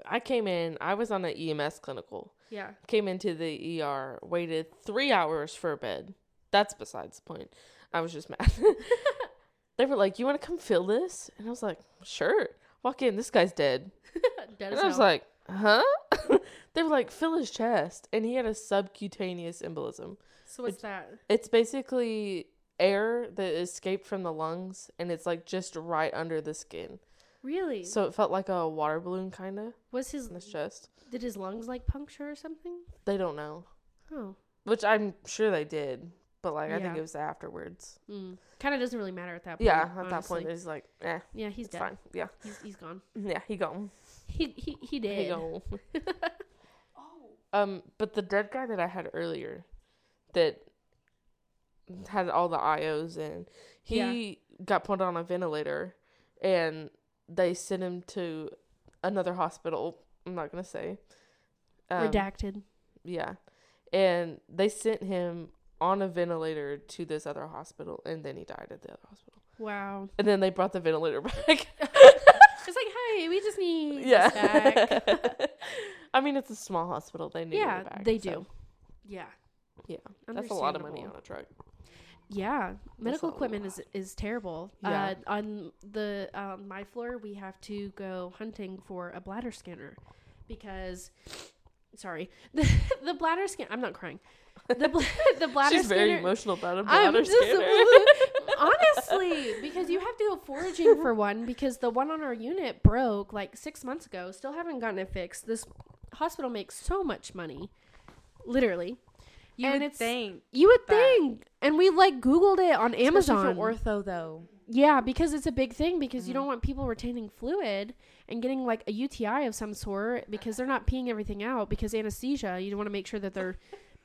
[SPEAKER 1] I came in, I was on an EMS clinical.
[SPEAKER 2] Yeah.
[SPEAKER 1] Came into the ER, waited three hours for a bed. That's besides the point. I was just
[SPEAKER 2] <laughs>
[SPEAKER 1] mad. they were like, You want to come fill this? And I was like, Sure. Walk in, this guy's dead.
[SPEAKER 2] <laughs>
[SPEAKER 1] And
[SPEAKER 2] Dead as
[SPEAKER 1] I was
[SPEAKER 2] hell.
[SPEAKER 1] like, Huh? <laughs> they were like, Fill his chest. And he had a subcutaneous embolism.
[SPEAKER 2] so what's that?
[SPEAKER 1] It's basically air that escaped from the lungs and it's like just right under the skin.
[SPEAKER 2] Really?
[SPEAKER 1] So it felt like a water balloon kind of
[SPEAKER 2] was his
[SPEAKER 1] in his chest.
[SPEAKER 2] did his lungs like puncture or something?
[SPEAKER 1] They don't know,
[SPEAKER 2] Oh.
[SPEAKER 1] which I'm sure they did, but like I think
[SPEAKER 2] Yeah.
[SPEAKER 1] it was afterwards.
[SPEAKER 2] Mm. Kind of doesn't really matter at that point.
[SPEAKER 1] Yeah, at that
[SPEAKER 2] honestly.
[SPEAKER 1] point it's like, eh,
[SPEAKER 2] Yeah, he's
[SPEAKER 1] it's
[SPEAKER 2] dead.
[SPEAKER 1] fine. Yeah,
[SPEAKER 2] He's, he's gone.
[SPEAKER 1] yeah, he gone.
[SPEAKER 2] He he he did.
[SPEAKER 1] He gone. um, but the dead guy that I had earlier, that had all the IOs and he got put on a ventilator, and they sent him to another hospital. I'm not gonna say. Um,
[SPEAKER 2] Redacted.
[SPEAKER 1] Yeah. And they sent him on a ventilator to this other hospital and then he died at the other hospital.
[SPEAKER 2] Wow.
[SPEAKER 1] And then they brought the ventilator <laughs> back.
[SPEAKER 2] It's like, hey, we just need yeah.
[SPEAKER 1] <laughs>
[SPEAKER 2] back.
[SPEAKER 1] yeah. I mean, it's a small hospital. They need
[SPEAKER 2] yeah,
[SPEAKER 1] it back.
[SPEAKER 2] they
[SPEAKER 1] so
[SPEAKER 2] do. Yeah.
[SPEAKER 1] Yeah. That's a lot of money on
[SPEAKER 2] Understandable.
[SPEAKER 1] a truck.
[SPEAKER 2] Yeah, medical
[SPEAKER 1] a
[SPEAKER 2] equipment is is terrible.
[SPEAKER 1] Yeah.
[SPEAKER 2] Uh, on the um, my floor, we have to go hunting for a bladder scanner because, sorry, <laughs> the, the bladder scan. I'm not crying. The bla- <laughs> the bladder
[SPEAKER 1] She's
[SPEAKER 2] scanner.
[SPEAKER 1] very emotional about a
[SPEAKER 2] I'm
[SPEAKER 1] bladder
[SPEAKER 2] just-
[SPEAKER 1] scanner. <laughs>
[SPEAKER 2] <laughs> honestly because you have to go foraging for one because the one on our unit broke like six months ago still haven't gotten it fixed this hospital makes so much money literally
[SPEAKER 5] You
[SPEAKER 2] and
[SPEAKER 5] would
[SPEAKER 2] it's
[SPEAKER 5] think.
[SPEAKER 2] you would
[SPEAKER 5] that.
[SPEAKER 2] think and we like googled it on amazon
[SPEAKER 3] Especially for ortho though.
[SPEAKER 2] yeah because it's a big thing because you
[SPEAKER 3] Mm-hmm.
[SPEAKER 2] don't want people retaining fluid and getting like a uti of some sort because they're not peeing everything out because anesthesia you want to make sure that
[SPEAKER 3] <laughs>
[SPEAKER 2] they're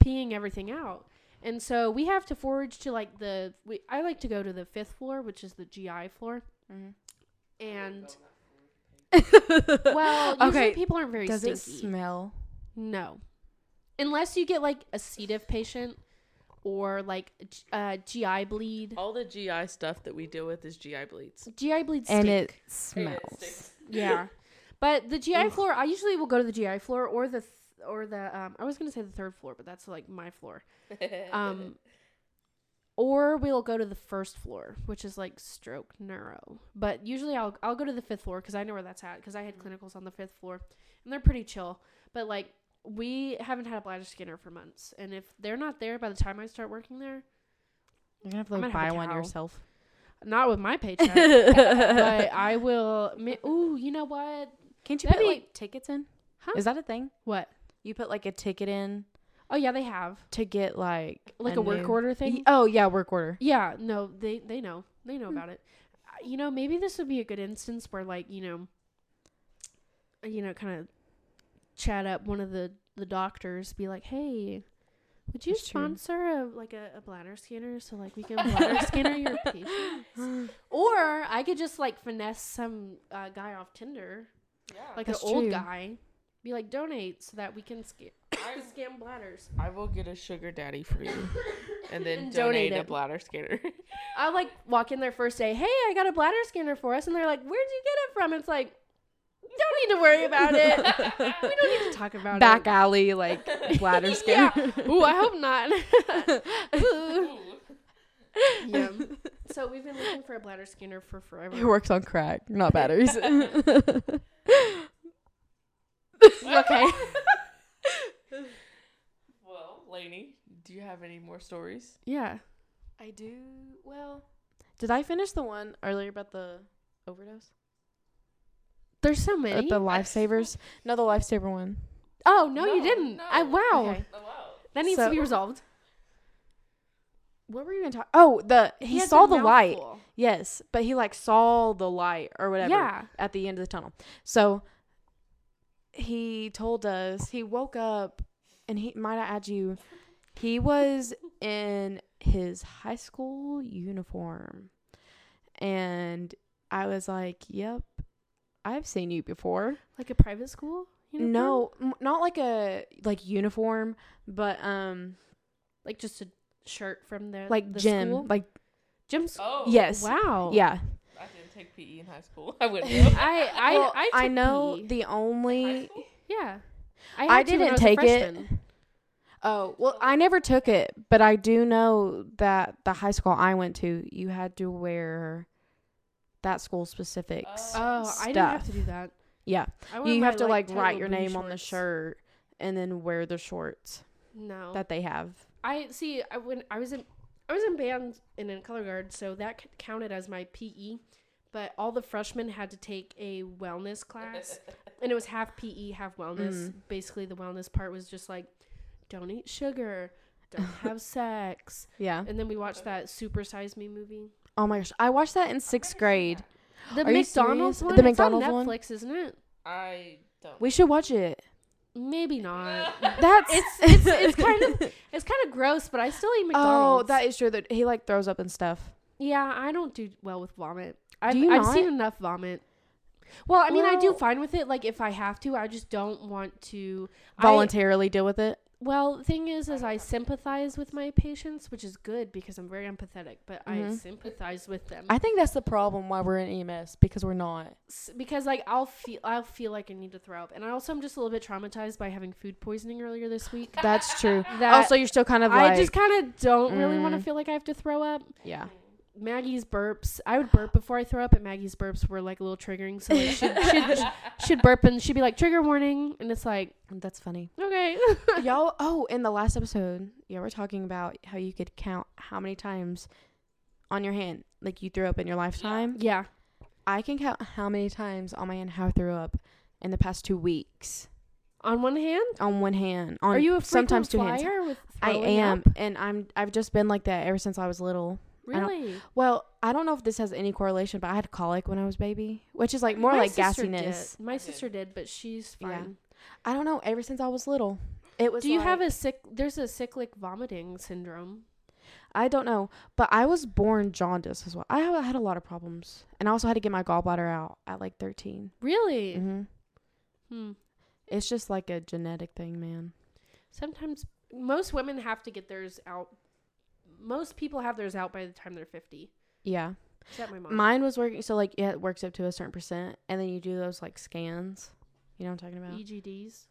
[SPEAKER 2] peeing everything out and so we have to forage to like the we, i like to go to the fifth floor which is the gi floor and Mm-hmm.
[SPEAKER 3] <laughs>
[SPEAKER 2] well usually
[SPEAKER 3] Okay,
[SPEAKER 2] people aren't very
[SPEAKER 3] Does
[SPEAKER 2] stinky
[SPEAKER 3] it smell?
[SPEAKER 2] no. Unless you get like a C. diff patient or like G- uh, GI bleed.
[SPEAKER 1] All the GI stuff that we deal with is GI bleeds.
[SPEAKER 2] GI bleed
[SPEAKER 3] And
[SPEAKER 2] stink.
[SPEAKER 3] it smells. <laughs>
[SPEAKER 2] yeah. But the GI floor, I usually will go to the GI floor or the th- or the um I was going to say the third floor, but that's like my floor. Um or we'll go to the first floor, which is like stroke neuro. But usually I'll I'll go to the fifth floor cuz I know where that's at cuz I had clinicals on the fifth floor and they're pretty chill. But like we haven't had a bladder scanner for months, and if they're not there by the time I start working there,
[SPEAKER 3] You're gonna have
[SPEAKER 2] I'm
[SPEAKER 3] to
[SPEAKER 2] gonna
[SPEAKER 3] like,
[SPEAKER 2] have a
[SPEAKER 3] buy one
[SPEAKER 2] cow.
[SPEAKER 3] <laughs> yourself.
[SPEAKER 2] not with my paycheck,
[SPEAKER 3] <laughs>
[SPEAKER 2] but I will. ma- Ooh, you know what?
[SPEAKER 3] Can't you
[SPEAKER 2] That'd
[SPEAKER 3] put
[SPEAKER 2] be-
[SPEAKER 3] like tickets in?
[SPEAKER 2] Huh?
[SPEAKER 3] Is that a thing?
[SPEAKER 2] What?
[SPEAKER 3] You put like a ticket in
[SPEAKER 2] Oh yeah, they have
[SPEAKER 3] to get like
[SPEAKER 2] like a, work
[SPEAKER 3] new-
[SPEAKER 2] order thing. <gasps>
[SPEAKER 3] Y- Oh yeah, work order.
[SPEAKER 2] Yeah, no, they they know they know about it. I- you know, maybe this would be a good instance where, like, you know, you know, kind of chat up one of the the doctors, be like, hey. Would you
[SPEAKER 3] That's true.
[SPEAKER 2] sponsor a like a, a bladder scanner so like we can bladder scanner your patients? Or I could just like finesse some uh, guy off Tinder,
[SPEAKER 1] Ah,
[SPEAKER 2] like an
[SPEAKER 3] That's
[SPEAKER 2] old
[SPEAKER 3] true.
[SPEAKER 2] guy, be like donate so that we can <coughs> scan
[SPEAKER 1] I,
[SPEAKER 2] scam bladders.
[SPEAKER 1] I will get a sugar daddy for you, and then
[SPEAKER 2] And <laughs> donate
[SPEAKER 1] donate, a
[SPEAKER 2] it.
[SPEAKER 1] bladder scanner. <laughs>
[SPEAKER 2] I like walk in there first day, hey, I got a bladder scanner for us, and they're like, where'd you get it from? It's like, don't need to worry about
[SPEAKER 3] <laughs>
[SPEAKER 2] it. we don't need to talk about
[SPEAKER 3] Back
[SPEAKER 2] it.
[SPEAKER 3] alley, like
[SPEAKER 2] <laughs>
[SPEAKER 3] bladder skin.
[SPEAKER 2] Yeah. Ooh, I hope not. Ooh. yeah. So we've been looking for a bladder scanner for
[SPEAKER 3] <laughs> It
[SPEAKER 2] forever.
[SPEAKER 3] works on crack, not <laughs> batteries.
[SPEAKER 2] <laughs> okay.
[SPEAKER 1] well, Lainey, do you have any more stories?
[SPEAKER 2] <laughs> Yeah.
[SPEAKER 6] I do. Well, did I finish the one earlier about the overdose?
[SPEAKER 2] There's so
[SPEAKER 3] Uh,
[SPEAKER 2] many.
[SPEAKER 3] the lifesavers. No, the lifesaver one.
[SPEAKER 2] oh no, you
[SPEAKER 1] No,
[SPEAKER 2] didn't.
[SPEAKER 1] no.
[SPEAKER 2] I wow.
[SPEAKER 3] Okay.
[SPEAKER 1] <laughs> Oh wow.
[SPEAKER 2] That needs to
[SPEAKER 3] So-
[SPEAKER 2] be resolved.
[SPEAKER 3] What were you even talking? Oh, the he,
[SPEAKER 2] had
[SPEAKER 3] saw
[SPEAKER 2] been
[SPEAKER 3] the light.
[SPEAKER 2] mouthful.
[SPEAKER 3] Yes, but he like saw the light or whatever
[SPEAKER 2] Yeah.
[SPEAKER 3] at the end of the tunnel. So he told us he woke up, and he might I add you, he was in his high school uniform, and I was like, "Yep, I've seen you before."
[SPEAKER 2] Like a private school? uniform?
[SPEAKER 3] No, m- not like a like uniform, but um
[SPEAKER 2] Like just a shirt from there.
[SPEAKER 3] like
[SPEAKER 2] the
[SPEAKER 3] gym,
[SPEAKER 2] school?
[SPEAKER 3] like
[SPEAKER 2] gym school.
[SPEAKER 1] Oh
[SPEAKER 3] yes,
[SPEAKER 2] Wow.
[SPEAKER 3] yeah.
[SPEAKER 1] I didn't take PE in high school. <laughs> I wouldn't. know.
[SPEAKER 2] <laughs> I I
[SPEAKER 3] Well,
[SPEAKER 2] I, took
[SPEAKER 3] know
[SPEAKER 2] PE.
[SPEAKER 3] the
[SPEAKER 1] High
[SPEAKER 3] only
[SPEAKER 2] E.
[SPEAKER 1] school?
[SPEAKER 2] Yeah.
[SPEAKER 3] I
[SPEAKER 2] had to when
[SPEAKER 3] didn't
[SPEAKER 2] was a
[SPEAKER 3] take it.
[SPEAKER 2] freshman.
[SPEAKER 3] Oh, well, I never took it, but I do know that the high school I went to, you had to wear that school specifics.
[SPEAKER 2] Oh, I didn't have to
[SPEAKER 3] Stuff.
[SPEAKER 2] do that.
[SPEAKER 3] Yeah.
[SPEAKER 2] I wore
[SPEAKER 3] you
[SPEAKER 2] my,
[SPEAKER 3] have to like,
[SPEAKER 2] tight
[SPEAKER 3] write
[SPEAKER 2] little
[SPEAKER 3] your
[SPEAKER 2] booty
[SPEAKER 3] name on the
[SPEAKER 2] shorts.
[SPEAKER 3] shirt and then wear the shorts
[SPEAKER 2] No,
[SPEAKER 3] that they have.
[SPEAKER 2] I see. I when I was in, I was in band and in color guard, so that c- counted as my PE. But all the freshmen had to take a wellness class, and it was half PE, half wellness.
[SPEAKER 3] Mm.
[SPEAKER 2] Basically, the wellness part was just like, don't eat sugar,
[SPEAKER 3] <laughs>
[SPEAKER 2] don't have sex,
[SPEAKER 3] Yeah.
[SPEAKER 2] and then we watched that Super Size Me movie.
[SPEAKER 3] Oh my gosh. I watched that in sixth grade.
[SPEAKER 2] The
[SPEAKER 3] Are you
[SPEAKER 2] McDonald's
[SPEAKER 3] serious?
[SPEAKER 2] one.
[SPEAKER 3] The
[SPEAKER 2] it's on
[SPEAKER 3] McDonald's one?
[SPEAKER 2] Netflix, isn't it?
[SPEAKER 1] I don't.
[SPEAKER 3] We should watch it.
[SPEAKER 2] Maybe <laughs> not.
[SPEAKER 3] That's
[SPEAKER 2] it's it's <laughs>
[SPEAKER 3] <laughs>
[SPEAKER 2] it's kind of it's kind of gross, but I still eat McDonald's.
[SPEAKER 3] Oh, that is true. That he like throws up and stuff.
[SPEAKER 2] Yeah, I don't do well with vomit. I've,
[SPEAKER 3] you
[SPEAKER 2] I've
[SPEAKER 3] not?
[SPEAKER 2] seen enough vomit. Well, I mean, I do
[SPEAKER 3] Well-
[SPEAKER 2] fine with it. Like if I have to, I just don't want to I-
[SPEAKER 3] Voluntarily deal with it.
[SPEAKER 2] well, the thing is, is I sympathize with my patients, which is good because I'm very empathetic. But I
[SPEAKER 3] Mhm.
[SPEAKER 2] sympathize with them
[SPEAKER 3] I think that's the problem why we're in EMS because we're not.
[SPEAKER 2] S- because, like, I'll feel I'll feel like I need to throw up, and I also am just a little bit traumatized by having food poisoning earlier this week.
[SPEAKER 3] That's true.
[SPEAKER 2] That
[SPEAKER 3] also, you're still kind <laughs> of like
[SPEAKER 2] I just kind of don't really want to
[SPEAKER 3] Mm.
[SPEAKER 2] feel like I have to throw up. <laughs>
[SPEAKER 3] yeah.
[SPEAKER 2] Maggie's burps. I would burp before I throw up, and Maggie's burps were like a little triggering. So like, she'd, she'd,
[SPEAKER 3] <laughs>
[SPEAKER 2] she'd burp and she'd be like, trigger warning. And it's like,
[SPEAKER 3] That's funny.
[SPEAKER 2] okay. <laughs>
[SPEAKER 3] y'all oh in the last episode y'all were talking about how you could count how many times on your hand like you threw up in your lifetime
[SPEAKER 2] yeah.
[SPEAKER 3] i can count how many times on my hand how i threw up in the past two weeks
[SPEAKER 2] On one hand,
[SPEAKER 3] on one hand on
[SPEAKER 2] are you a sometimes
[SPEAKER 3] sometimes two hands
[SPEAKER 2] flyer with
[SPEAKER 3] i
[SPEAKER 2] throwing
[SPEAKER 3] am
[SPEAKER 2] up?
[SPEAKER 3] and i'm i've just been like that ever since i was little I don't-
[SPEAKER 2] Really?
[SPEAKER 3] well i don't know if this has any correlation but i had colic when i was baby which is like more
[SPEAKER 2] My
[SPEAKER 3] like
[SPEAKER 2] sister did.
[SPEAKER 3] gassiness
[SPEAKER 2] My
[SPEAKER 1] I did.
[SPEAKER 2] sister did, but she's
[SPEAKER 3] Yeah.
[SPEAKER 2] fine.
[SPEAKER 3] i don't know ever since i was little it was
[SPEAKER 2] Do you have
[SPEAKER 3] like-
[SPEAKER 2] a sick? There's a cyclic vomiting syndrome.
[SPEAKER 3] I don't know, but I was born jaundiced as well. I have- I had a lot of problems, and I also had to get my gallbladder out at like 13
[SPEAKER 2] Really?
[SPEAKER 3] Mm-hmm.
[SPEAKER 2] Hmm.
[SPEAKER 3] It's just like a genetic thing, man.
[SPEAKER 2] Sometimes most women have to get theirs out. Most people have theirs out by the time they're 50.
[SPEAKER 3] Yeah,
[SPEAKER 2] Except my mom.
[SPEAKER 3] mine was working. So like, yeah, it works up to a certain percent, and then you do those like scans. You know what I'm talking
[SPEAKER 2] E
[SPEAKER 3] about?
[SPEAKER 2] EGDs.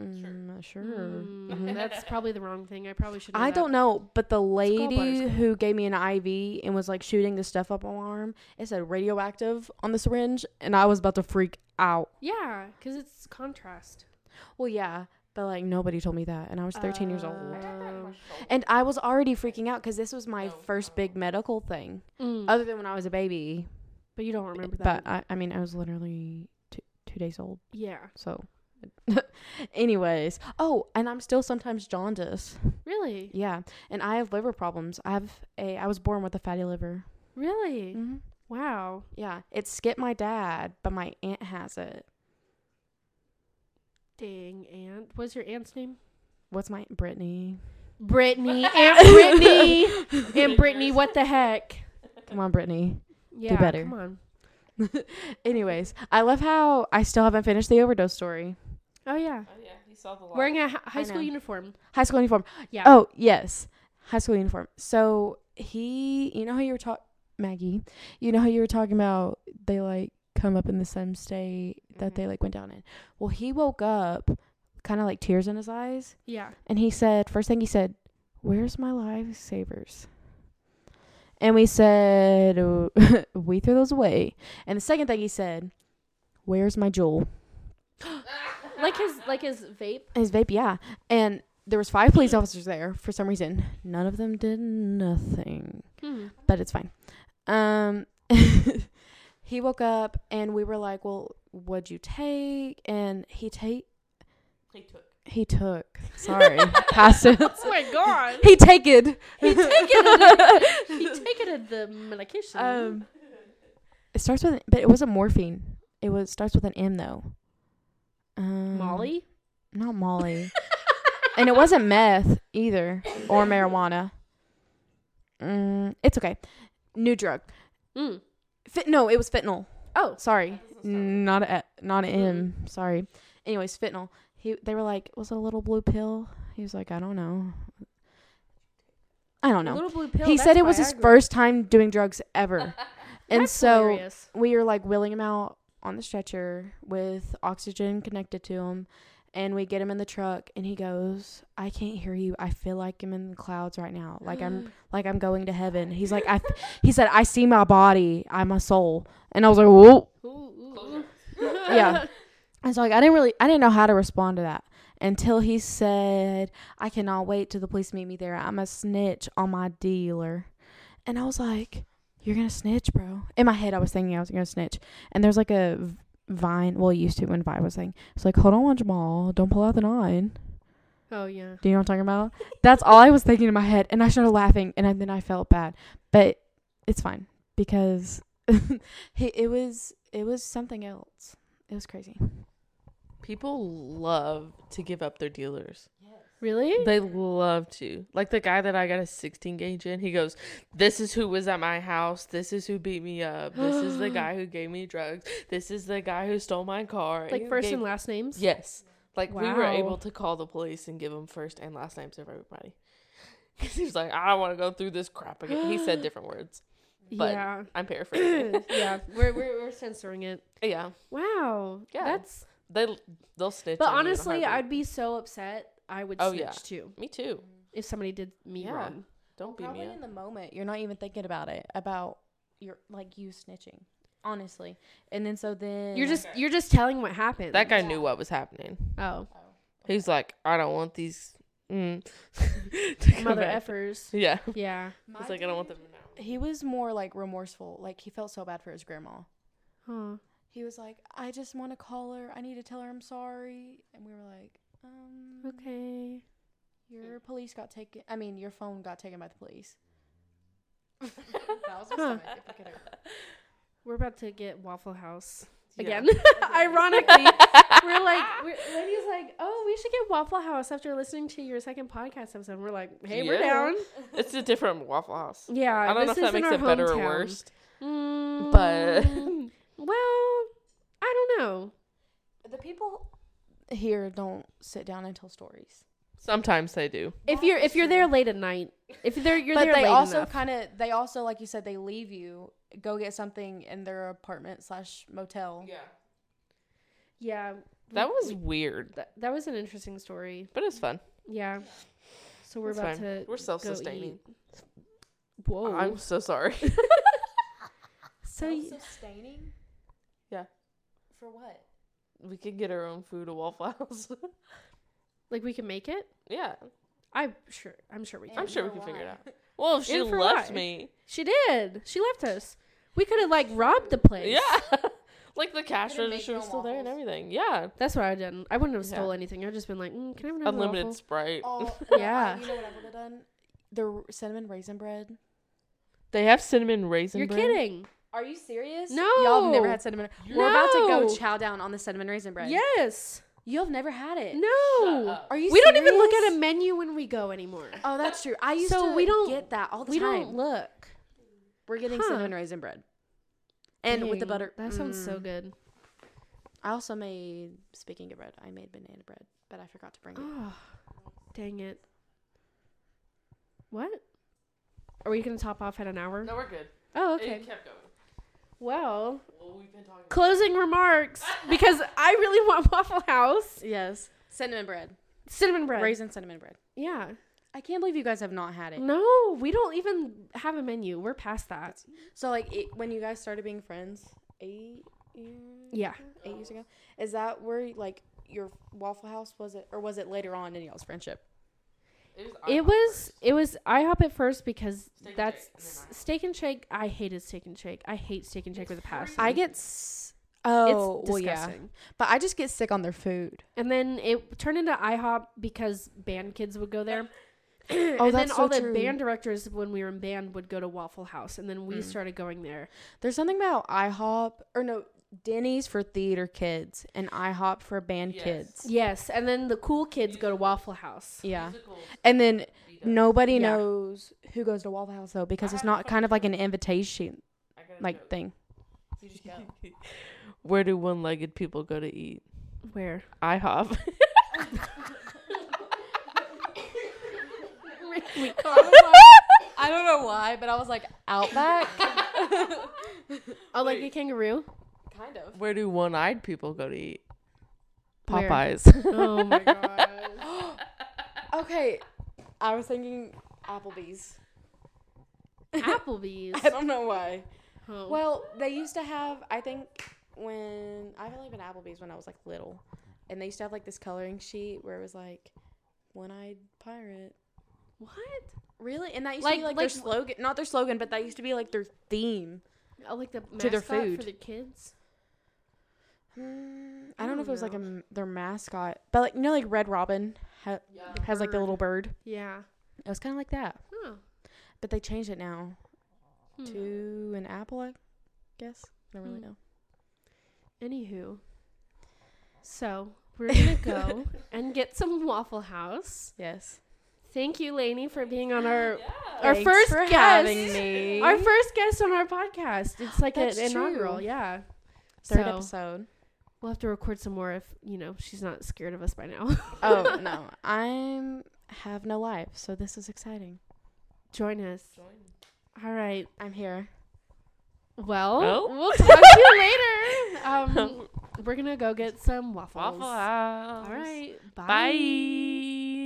[SPEAKER 3] Mm, sure.
[SPEAKER 2] Mm,
[SPEAKER 3] Mhm.
[SPEAKER 2] That's probably the wrong thing. I probably should.
[SPEAKER 3] I don't know, but the
[SPEAKER 2] gallbladder
[SPEAKER 3] lady
[SPEAKER 2] scan.
[SPEAKER 3] who gave me an IV and was like shooting the stuff up my arm, it said radioactive on the syringe, and I was about to freak out.
[SPEAKER 2] Yeah, because it's contrast.
[SPEAKER 3] Well, yeah, but like nobody told me that, and I was 13 years old.
[SPEAKER 1] I got that in my
[SPEAKER 2] Um,
[SPEAKER 1] shoulder.
[SPEAKER 3] And I was already freaking out because this was my
[SPEAKER 1] No,
[SPEAKER 3] first
[SPEAKER 1] no.
[SPEAKER 3] big medical thing,
[SPEAKER 2] Mm,
[SPEAKER 3] other than when I was a baby.
[SPEAKER 2] but you don't remember that.
[SPEAKER 3] But uh, I, I mean, I was literally two, two days old.
[SPEAKER 2] yeah,
[SPEAKER 3] So, <laughs> anyways, oh, and I'm still sometimes jaundiced.
[SPEAKER 2] really,
[SPEAKER 3] Yeah, and I have liver problems. I have a. I was born with a fatty liver.
[SPEAKER 2] really.
[SPEAKER 3] Mm-hmm.
[SPEAKER 2] Wow.
[SPEAKER 3] Yeah, it's Skip My Dad, but my aunt has it.
[SPEAKER 2] Dang, aunt. What's your aunt's name?
[SPEAKER 3] What's my Brittany?
[SPEAKER 2] <laughs> Brittany. Aunt <laughs> Brittany. Aunt Brittany, what the heck?
[SPEAKER 3] Come on, Brittany. <laughs>
[SPEAKER 2] Yeah,
[SPEAKER 3] better.
[SPEAKER 2] come on.
[SPEAKER 3] Anyways, I love how I still haven't finished the overdose story.
[SPEAKER 2] Oh, yeah.
[SPEAKER 1] Oh yeah, he saw the
[SPEAKER 2] Wearing a hi- high
[SPEAKER 3] I
[SPEAKER 2] school
[SPEAKER 3] know.
[SPEAKER 2] uniform.
[SPEAKER 3] High school uniform.
[SPEAKER 2] Yeah.
[SPEAKER 3] Oh yes, high school uniform. So he, you know how you were talking, Maggie. You know how you were talking about they like come up in the same state that they like went down in. Well, he woke up, kind of like tears in his eyes,
[SPEAKER 2] Yeah.
[SPEAKER 3] and he said, first thing he said, "Where's my lifesavers?" And we said, <laughs> "We threw those away." And the second thing he said, "Where's my jewel?"
[SPEAKER 2] Like his like his vape.
[SPEAKER 3] His vape, yeah. And there was five police officers there for some reason. None of them did nothing.
[SPEAKER 2] Hmm.
[SPEAKER 3] but it's fine. Um, <laughs> he woke up and we were like, "Well, what'd you take?" And he take
[SPEAKER 1] he took.
[SPEAKER 3] he took. Sorry, <laughs>
[SPEAKER 1] <laughs>
[SPEAKER 3] past it.
[SPEAKER 2] <laughs> Oh my god.
[SPEAKER 3] He take it.
[SPEAKER 2] he taken it. He taken it the medication.
[SPEAKER 3] Um, it starts with, but it wasn't morphine. It was starts with an M though.
[SPEAKER 2] <laughs>
[SPEAKER 3] Um,
[SPEAKER 2] Molly.
[SPEAKER 3] not Molly, and it wasn't meth either or marijuana. Mm, it's okay. New drug.
[SPEAKER 2] Mm.
[SPEAKER 3] Fit, no, it was fentanyl.
[SPEAKER 2] Oh.
[SPEAKER 3] sorry, not a not an M. Sorry. Anyways, fentanyl. He they were like, was it a little blue pill? He was like, I don't know. I don't know.
[SPEAKER 2] Little blue pill.
[SPEAKER 3] He
[SPEAKER 2] that's
[SPEAKER 3] said it was his
[SPEAKER 2] Viagra.
[SPEAKER 3] first time doing drugs
[SPEAKER 2] <laughs>
[SPEAKER 3] ever, and
[SPEAKER 2] That's
[SPEAKER 3] so
[SPEAKER 2] hilarious.
[SPEAKER 3] we are like wheeling him out on the stretcher with oxygen connected to him, and we get him in the truck, and he goes, I can't hear you. I feel like I'm in the clouds right now. Like I'm like I'm going to heaven. He's like I. He said, I see my body. I'm a soul, and I was like, whoa.
[SPEAKER 2] Ooh, <laughs> ooh, ooh.
[SPEAKER 3] Yeah. And so like I didn't really I didn't know how to respond to that until he said, I cannot wait till the police meet me there. I'm a snitch on my dealer. And I was like, You're gonna snitch, bro. In my head I was thinking I was gonna snitch. And there's like a v- Vine well it used to when Vine was saying it's like hold on Jamal don't pull out the nine
[SPEAKER 2] <laughs> Oh yeah.
[SPEAKER 3] do you know what I'm talking about that's all I was thinking in my head and I started laughing and I, then I felt bad but it's fine because <laughs> he, it was it was something else it was crazy
[SPEAKER 1] People love to give up their dealers.
[SPEAKER 2] Really?
[SPEAKER 1] They love to. Like the guy that I got a 16 gauge in, he goes, This is who was at my house. This is who beat me up. This is the
[SPEAKER 2] <gasps>
[SPEAKER 1] guy who gave me drugs. This is the guy who stole my car.
[SPEAKER 2] like
[SPEAKER 1] who
[SPEAKER 2] first
[SPEAKER 1] gave-
[SPEAKER 2] and last names?
[SPEAKER 1] Yes. Like we were
[SPEAKER 2] Wow.
[SPEAKER 1] able to call the police and give them first and last names of everybody. <laughs> 'Cause he was like, I don't want to go through this crap again. He
[SPEAKER 2] <gasps>
[SPEAKER 1] said different words. but- <laughs>
[SPEAKER 2] yeah.
[SPEAKER 1] I'm
[SPEAKER 2] <clears throat>
[SPEAKER 1] paraphrasing.
[SPEAKER 2] yeah. We're, we're we're censoring it.
[SPEAKER 1] yeah.
[SPEAKER 2] Wow.
[SPEAKER 1] Yeah.
[SPEAKER 2] That's
[SPEAKER 1] They, they'll snitch.
[SPEAKER 2] But
[SPEAKER 1] on you in a
[SPEAKER 2] honestly,
[SPEAKER 1] heartbeat.
[SPEAKER 2] I'd be so upset. I would
[SPEAKER 1] Oh,
[SPEAKER 2] snitch
[SPEAKER 1] yeah.
[SPEAKER 2] too
[SPEAKER 1] Me too.
[SPEAKER 2] if somebody did me
[SPEAKER 1] Yeah.
[SPEAKER 2] wrong.
[SPEAKER 1] Don't beat me
[SPEAKER 3] Probably
[SPEAKER 1] up.
[SPEAKER 3] in the moment, you're not even thinking about it, about your like you snitching, honestly. And then so then
[SPEAKER 2] You're just you're just telling what happened.
[SPEAKER 1] That guy knew what was happening.
[SPEAKER 2] Oh,
[SPEAKER 1] He's like, I don't want these. Mm. <laughs> to come <laughs>
[SPEAKER 2] mother
[SPEAKER 1] back."
[SPEAKER 2] effers.
[SPEAKER 1] Yeah.
[SPEAKER 2] Yeah.
[SPEAKER 1] He's like, I don't want them to know.
[SPEAKER 3] He was more like remorseful, like he felt so bad for his grandma.
[SPEAKER 2] Huh.
[SPEAKER 3] He was like, I just want to call her. I need to tell her I'm sorry. And we were like, um,
[SPEAKER 2] Okay.
[SPEAKER 3] your police got taken. I mean, your phone got taken by the police.
[SPEAKER 2] Huh. We're about to get Waffle House
[SPEAKER 1] Yeah.
[SPEAKER 2] <laughs>
[SPEAKER 1] <laughs>
[SPEAKER 2] again. <laughs> Ironically, we're like, we're, Lenny's like, oh, we should get Waffle House after listening to your second podcast episode. We're like, hey, we're
[SPEAKER 1] Yeah.
[SPEAKER 2] down.
[SPEAKER 1] It's a different Waffle House.
[SPEAKER 2] Yeah.
[SPEAKER 1] I don't know
[SPEAKER 2] this
[SPEAKER 1] if that
[SPEAKER 2] is in
[SPEAKER 1] makes
[SPEAKER 2] our
[SPEAKER 1] it better
[SPEAKER 2] hometown.
[SPEAKER 1] or worse.
[SPEAKER 2] Mm, <laughs> well, I don't know.
[SPEAKER 3] The people here don't sit down and tell stories.
[SPEAKER 1] Sometimes they do.
[SPEAKER 2] If you're if you're there late at night, if they're you're
[SPEAKER 3] but
[SPEAKER 2] there
[SPEAKER 3] they
[SPEAKER 2] late
[SPEAKER 3] also
[SPEAKER 2] enough.
[SPEAKER 3] kind of they also like you said they leave you go get something in their apartment slash motel
[SPEAKER 1] Yeah.
[SPEAKER 2] yeah, we-
[SPEAKER 1] That was
[SPEAKER 2] we-
[SPEAKER 1] weird,
[SPEAKER 2] that, that was an interesting story.
[SPEAKER 1] but it's fun.
[SPEAKER 2] Yeah. So we're
[SPEAKER 1] It's
[SPEAKER 2] about
[SPEAKER 1] fine.
[SPEAKER 2] to Oh.
[SPEAKER 1] We're self sustaining.
[SPEAKER 2] Whoa.
[SPEAKER 1] I'm so sorry.
[SPEAKER 2] so y-
[SPEAKER 3] sustaining
[SPEAKER 1] Yeah.
[SPEAKER 3] for what
[SPEAKER 1] we could get our own food at Waffle House. <laughs>
[SPEAKER 2] like we can make it?
[SPEAKER 1] yeah.
[SPEAKER 2] I sure I'm sure we can.
[SPEAKER 1] I'm
[SPEAKER 3] And
[SPEAKER 1] sure we
[SPEAKER 3] for
[SPEAKER 1] can figure it
[SPEAKER 3] why?
[SPEAKER 1] out. Well, if she
[SPEAKER 2] And for
[SPEAKER 1] left
[SPEAKER 2] why?
[SPEAKER 1] me.
[SPEAKER 2] She did. She left us. We could have like robbed the place.
[SPEAKER 1] Yeah. <laughs> like the cash
[SPEAKER 3] Could've made
[SPEAKER 1] register
[SPEAKER 3] your
[SPEAKER 1] was
[SPEAKER 3] own
[SPEAKER 1] still there and
[SPEAKER 3] waffles.
[SPEAKER 1] everything. Yeah.
[SPEAKER 2] That's what I done. I wouldn't have
[SPEAKER 1] Yeah.
[SPEAKER 2] stole anything. I'd just been like, mm, can I have another
[SPEAKER 1] Unlimited
[SPEAKER 2] waffle?
[SPEAKER 1] Sprite.
[SPEAKER 3] <laughs>
[SPEAKER 2] <laughs>
[SPEAKER 3] oh
[SPEAKER 2] Yeah.
[SPEAKER 3] yeah you know what i would have done the r- cinnamon raisin bread
[SPEAKER 1] They have cinnamon raisin
[SPEAKER 2] You're
[SPEAKER 1] bread.
[SPEAKER 2] kidding.
[SPEAKER 3] Are you serious?
[SPEAKER 2] No.
[SPEAKER 3] Y'all have never had cinnamon. We're about to
[SPEAKER 2] No.
[SPEAKER 3] go chow down on the cinnamon raisin bread.
[SPEAKER 2] Yes.
[SPEAKER 3] You've never had it.
[SPEAKER 2] No.
[SPEAKER 1] up.
[SPEAKER 3] Are you
[SPEAKER 2] We don't even look
[SPEAKER 3] serious?
[SPEAKER 2] at a menu when we go anymore.
[SPEAKER 3] Oh, that's true. I used
[SPEAKER 2] So
[SPEAKER 3] to
[SPEAKER 2] we don't-
[SPEAKER 3] get that all the
[SPEAKER 2] We
[SPEAKER 3] time.
[SPEAKER 2] don't look.
[SPEAKER 3] We're getting
[SPEAKER 2] Huh.
[SPEAKER 3] cinnamon raisin bread. And with the
[SPEAKER 2] Dang,
[SPEAKER 3] butter.
[SPEAKER 2] That sounds so
[SPEAKER 3] Mm.
[SPEAKER 2] good.
[SPEAKER 3] I also made, speaking of bread, I made banana bread, but I forgot to
[SPEAKER 2] <gasps>
[SPEAKER 3] bring it.
[SPEAKER 2] Oh, dang it. What? Are we going to top off at an hour?
[SPEAKER 1] No, we're good.
[SPEAKER 2] Oh,
[SPEAKER 1] Okay.
[SPEAKER 2] okay.
[SPEAKER 1] It kept going.
[SPEAKER 2] Well,
[SPEAKER 1] Well, we've been talking.
[SPEAKER 2] closing remarks because I really want <laughs> Waffle House
[SPEAKER 3] Yes. Cinnamon bread.
[SPEAKER 2] cinnamon bread.
[SPEAKER 3] Raisin cinnamon bread.
[SPEAKER 2] Yeah.
[SPEAKER 3] I can't believe you guys have not had it.
[SPEAKER 2] No, we don't even have a menu. We're past that.
[SPEAKER 3] So, like, it, when you guys started being friends, eight years?
[SPEAKER 2] Yeah.
[SPEAKER 3] Eight years ago? Is that where, like, your Waffle House was it, or was it later on in y'all's friendship?
[SPEAKER 1] It was.
[SPEAKER 2] It
[SPEAKER 1] IHOP
[SPEAKER 2] was
[SPEAKER 1] first.
[SPEAKER 2] it was IHOP at first because
[SPEAKER 1] Steak and
[SPEAKER 2] that's
[SPEAKER 1] Shake, and then
[SPEAKER 2] s-
[SPEAKER 1] IHOP.
[SPEAKER 2] steak and shake. I hated steak and shake. I hate steak and shake with a passion.
[SPEAKER 4] I
[SPEAKER 1] I
[SPEAKER 4] get. S- oh,
[SPEAKER 2] it's
[SPEAKER 4] well,
[SPEAKER 2] disgusting.
[SPEAKER 4] yeah. But I just get sick on their food.
[SPEAKER 2] And then it turned into IHOP because band kids would go
[SPEAKER 1] <laughs>
[SPEAKER 2] there. <clears throat>
[SPEAKER 4] Oh,
[SPEAKER 2] and then
[SPEAKER 4] that's so
[SPEAKER 2] all the
[SPEAKER 4] true.
[SPEAKER 2] band directors when we were in band would go to Waffle House and then we
[SPEAKER 4] Mm.
[SPEAKER 2] started going there.
[SPEAKER 4] There's something about IHOP or no Denny's for theater kids and IHOP for band
[SPEAKER 1] Yes.
[SPEAKER 4] kids.
[SPEAKER 2] Yes, and then the cool kids go to Waffle House.
[SPEAKER 4] Yeah.
[SPEAKER 1] Musicals
[SPEAKER 4] And then
[SPEAKER 1] beat up.
[SPEAKER 4] nobody
[SPEAKER 2] Yeah.
[SPEAKER 4] knows who goes to Waffle House though because
[SPEAKER 1] I
[SPEAKER 4] it's
[SPEAKER 1] have a
[SPEAKER 4] not kind of like an invitation
[SPEAKER 1] I gotta
[SPEAKER 4] like
[SPEAKER 1] joke. <laughs>
[SPEAKER 4] thing.
[SPEAKER 3] You just go.
[SPEAKER 1] Where do one-legged people go to eat?
[SPEAKER 2] Where?
[SPEAKER 1] IHOP.
[SPEAKER 2] we
[SPEAKER 1] Oh, <laughs>
[SPEAKER 3] I don't know why, but I was like, <laughs> Outback?
[SPEAKER 2] Oh, like
[SPEAKER 1] Wait.
[SPEAKER 2] a kangaroo?
[SPEAKER 3] kind of.
[SPEAKER 1] Where do one-eyed people go to eat?
[SPEAKER 2] Where?
[SPEAKER 1] Popeyes.
[SPEAKER 2] Oh my god.
[SPEAKER 3] Okay, I was thinking Applebee's.
[SPEAKER 4] <laughs>
[SPEAKER 2] Applebee's.
[SPEAKER 3] <laughs> I don't know why.
[SPEAKER 2] Oh.
[SPEAKER 3] Well, they used to have, I think, when I've only been to Applebee's when I was like little, and they used to have like this coloring sheet where it was like one eyed pirate.
[SPEAKER 2] what?
[SPEAKER 3] Really? And that used to
[SPEAKER 2] Like-
[SPEAKER 3] be like,
[SPEAKER 2] like-
[SPEAKER 3] their slogan, not their slogan, but that used to be like their theme.
[SPEAKER 2] Oh, like the
[SPEAKER 4] To their
[SPEAKER 2] mascot for
[SPEAKER 4] food.
[SPEAKER 2] the kids.
[SPEAKER 3] Hmm,
[SPEAKER 4] Mm,
[SPEAKER 2] I
[SPEAKER 4] I don't know if it was
[SPEAKER 2] don't
[SPEAKER 4] like a, m- their mascot, but like you know like Red Robin ha- has like the
[SPEAKER 2] bird.
[SPEAKER 4] little bird.
[SPEAKER 2] Yeah.
[SPEAKER 4] It was kind of like that,
[SPEAKER 2] Oh.
[SPEAKER 4] but they changed it now
[SPEAKER 2] Hmm.
[SPEAKER 4] to an apple, I guess. I don't really
[SPEAKER 2] Hmm.
[SPEAKER 4] know.
[SPEAKER 2] Anywho, so we're gonna
[SPEAKER 4] <laughs>
[SPEAKER 2] go and get some Waffle House.
[SPEAKER 4] Yes.
[SPEAKER 2] Thank you, Lainey, for being on our our
[SPEAKER 4] Thanks
[SPEAKER 2] first
[SPEAKER 4] for
[SPEAKER 2] guest.
[SPEAKER 4] having me.
[SPEAKER 2] Our first guest on our podcast. It's like an
[SPEAKER 4] That's
[SPEAKER 2] inaugural,
[SPEAKER 4] true.
[SPEAKER 2] yeah.
[SPEAKER 4] third
[SPEAKER 2] so
[SPEAKER 4] episode.
[SPEAKER 2] we'll have to record some more if you know she's not scared of us by now.
[SPEAKER 4] Oh no, <laughs> I'm have no life, so this is exciting.
[SPEAKER 2] <laughs> Join us. All right.
[SPEAKER 4] I'm here.
[SPEAKER 2] <laughs>
[SPEAKER 1] <laughs>
[SPEAKER 2] Well,
[SPEAKER 1] Oh.
[SPEAKER 2] we'll talk to you
[SPEAKER 1] <laughs>
[SPEAKER 2] later. Um, we're gonna go get some waffles.
[SPEAKER 1] Waffle House.
[SPEAKER 2] All right. Bye.
[SPEAKER 1] Bye.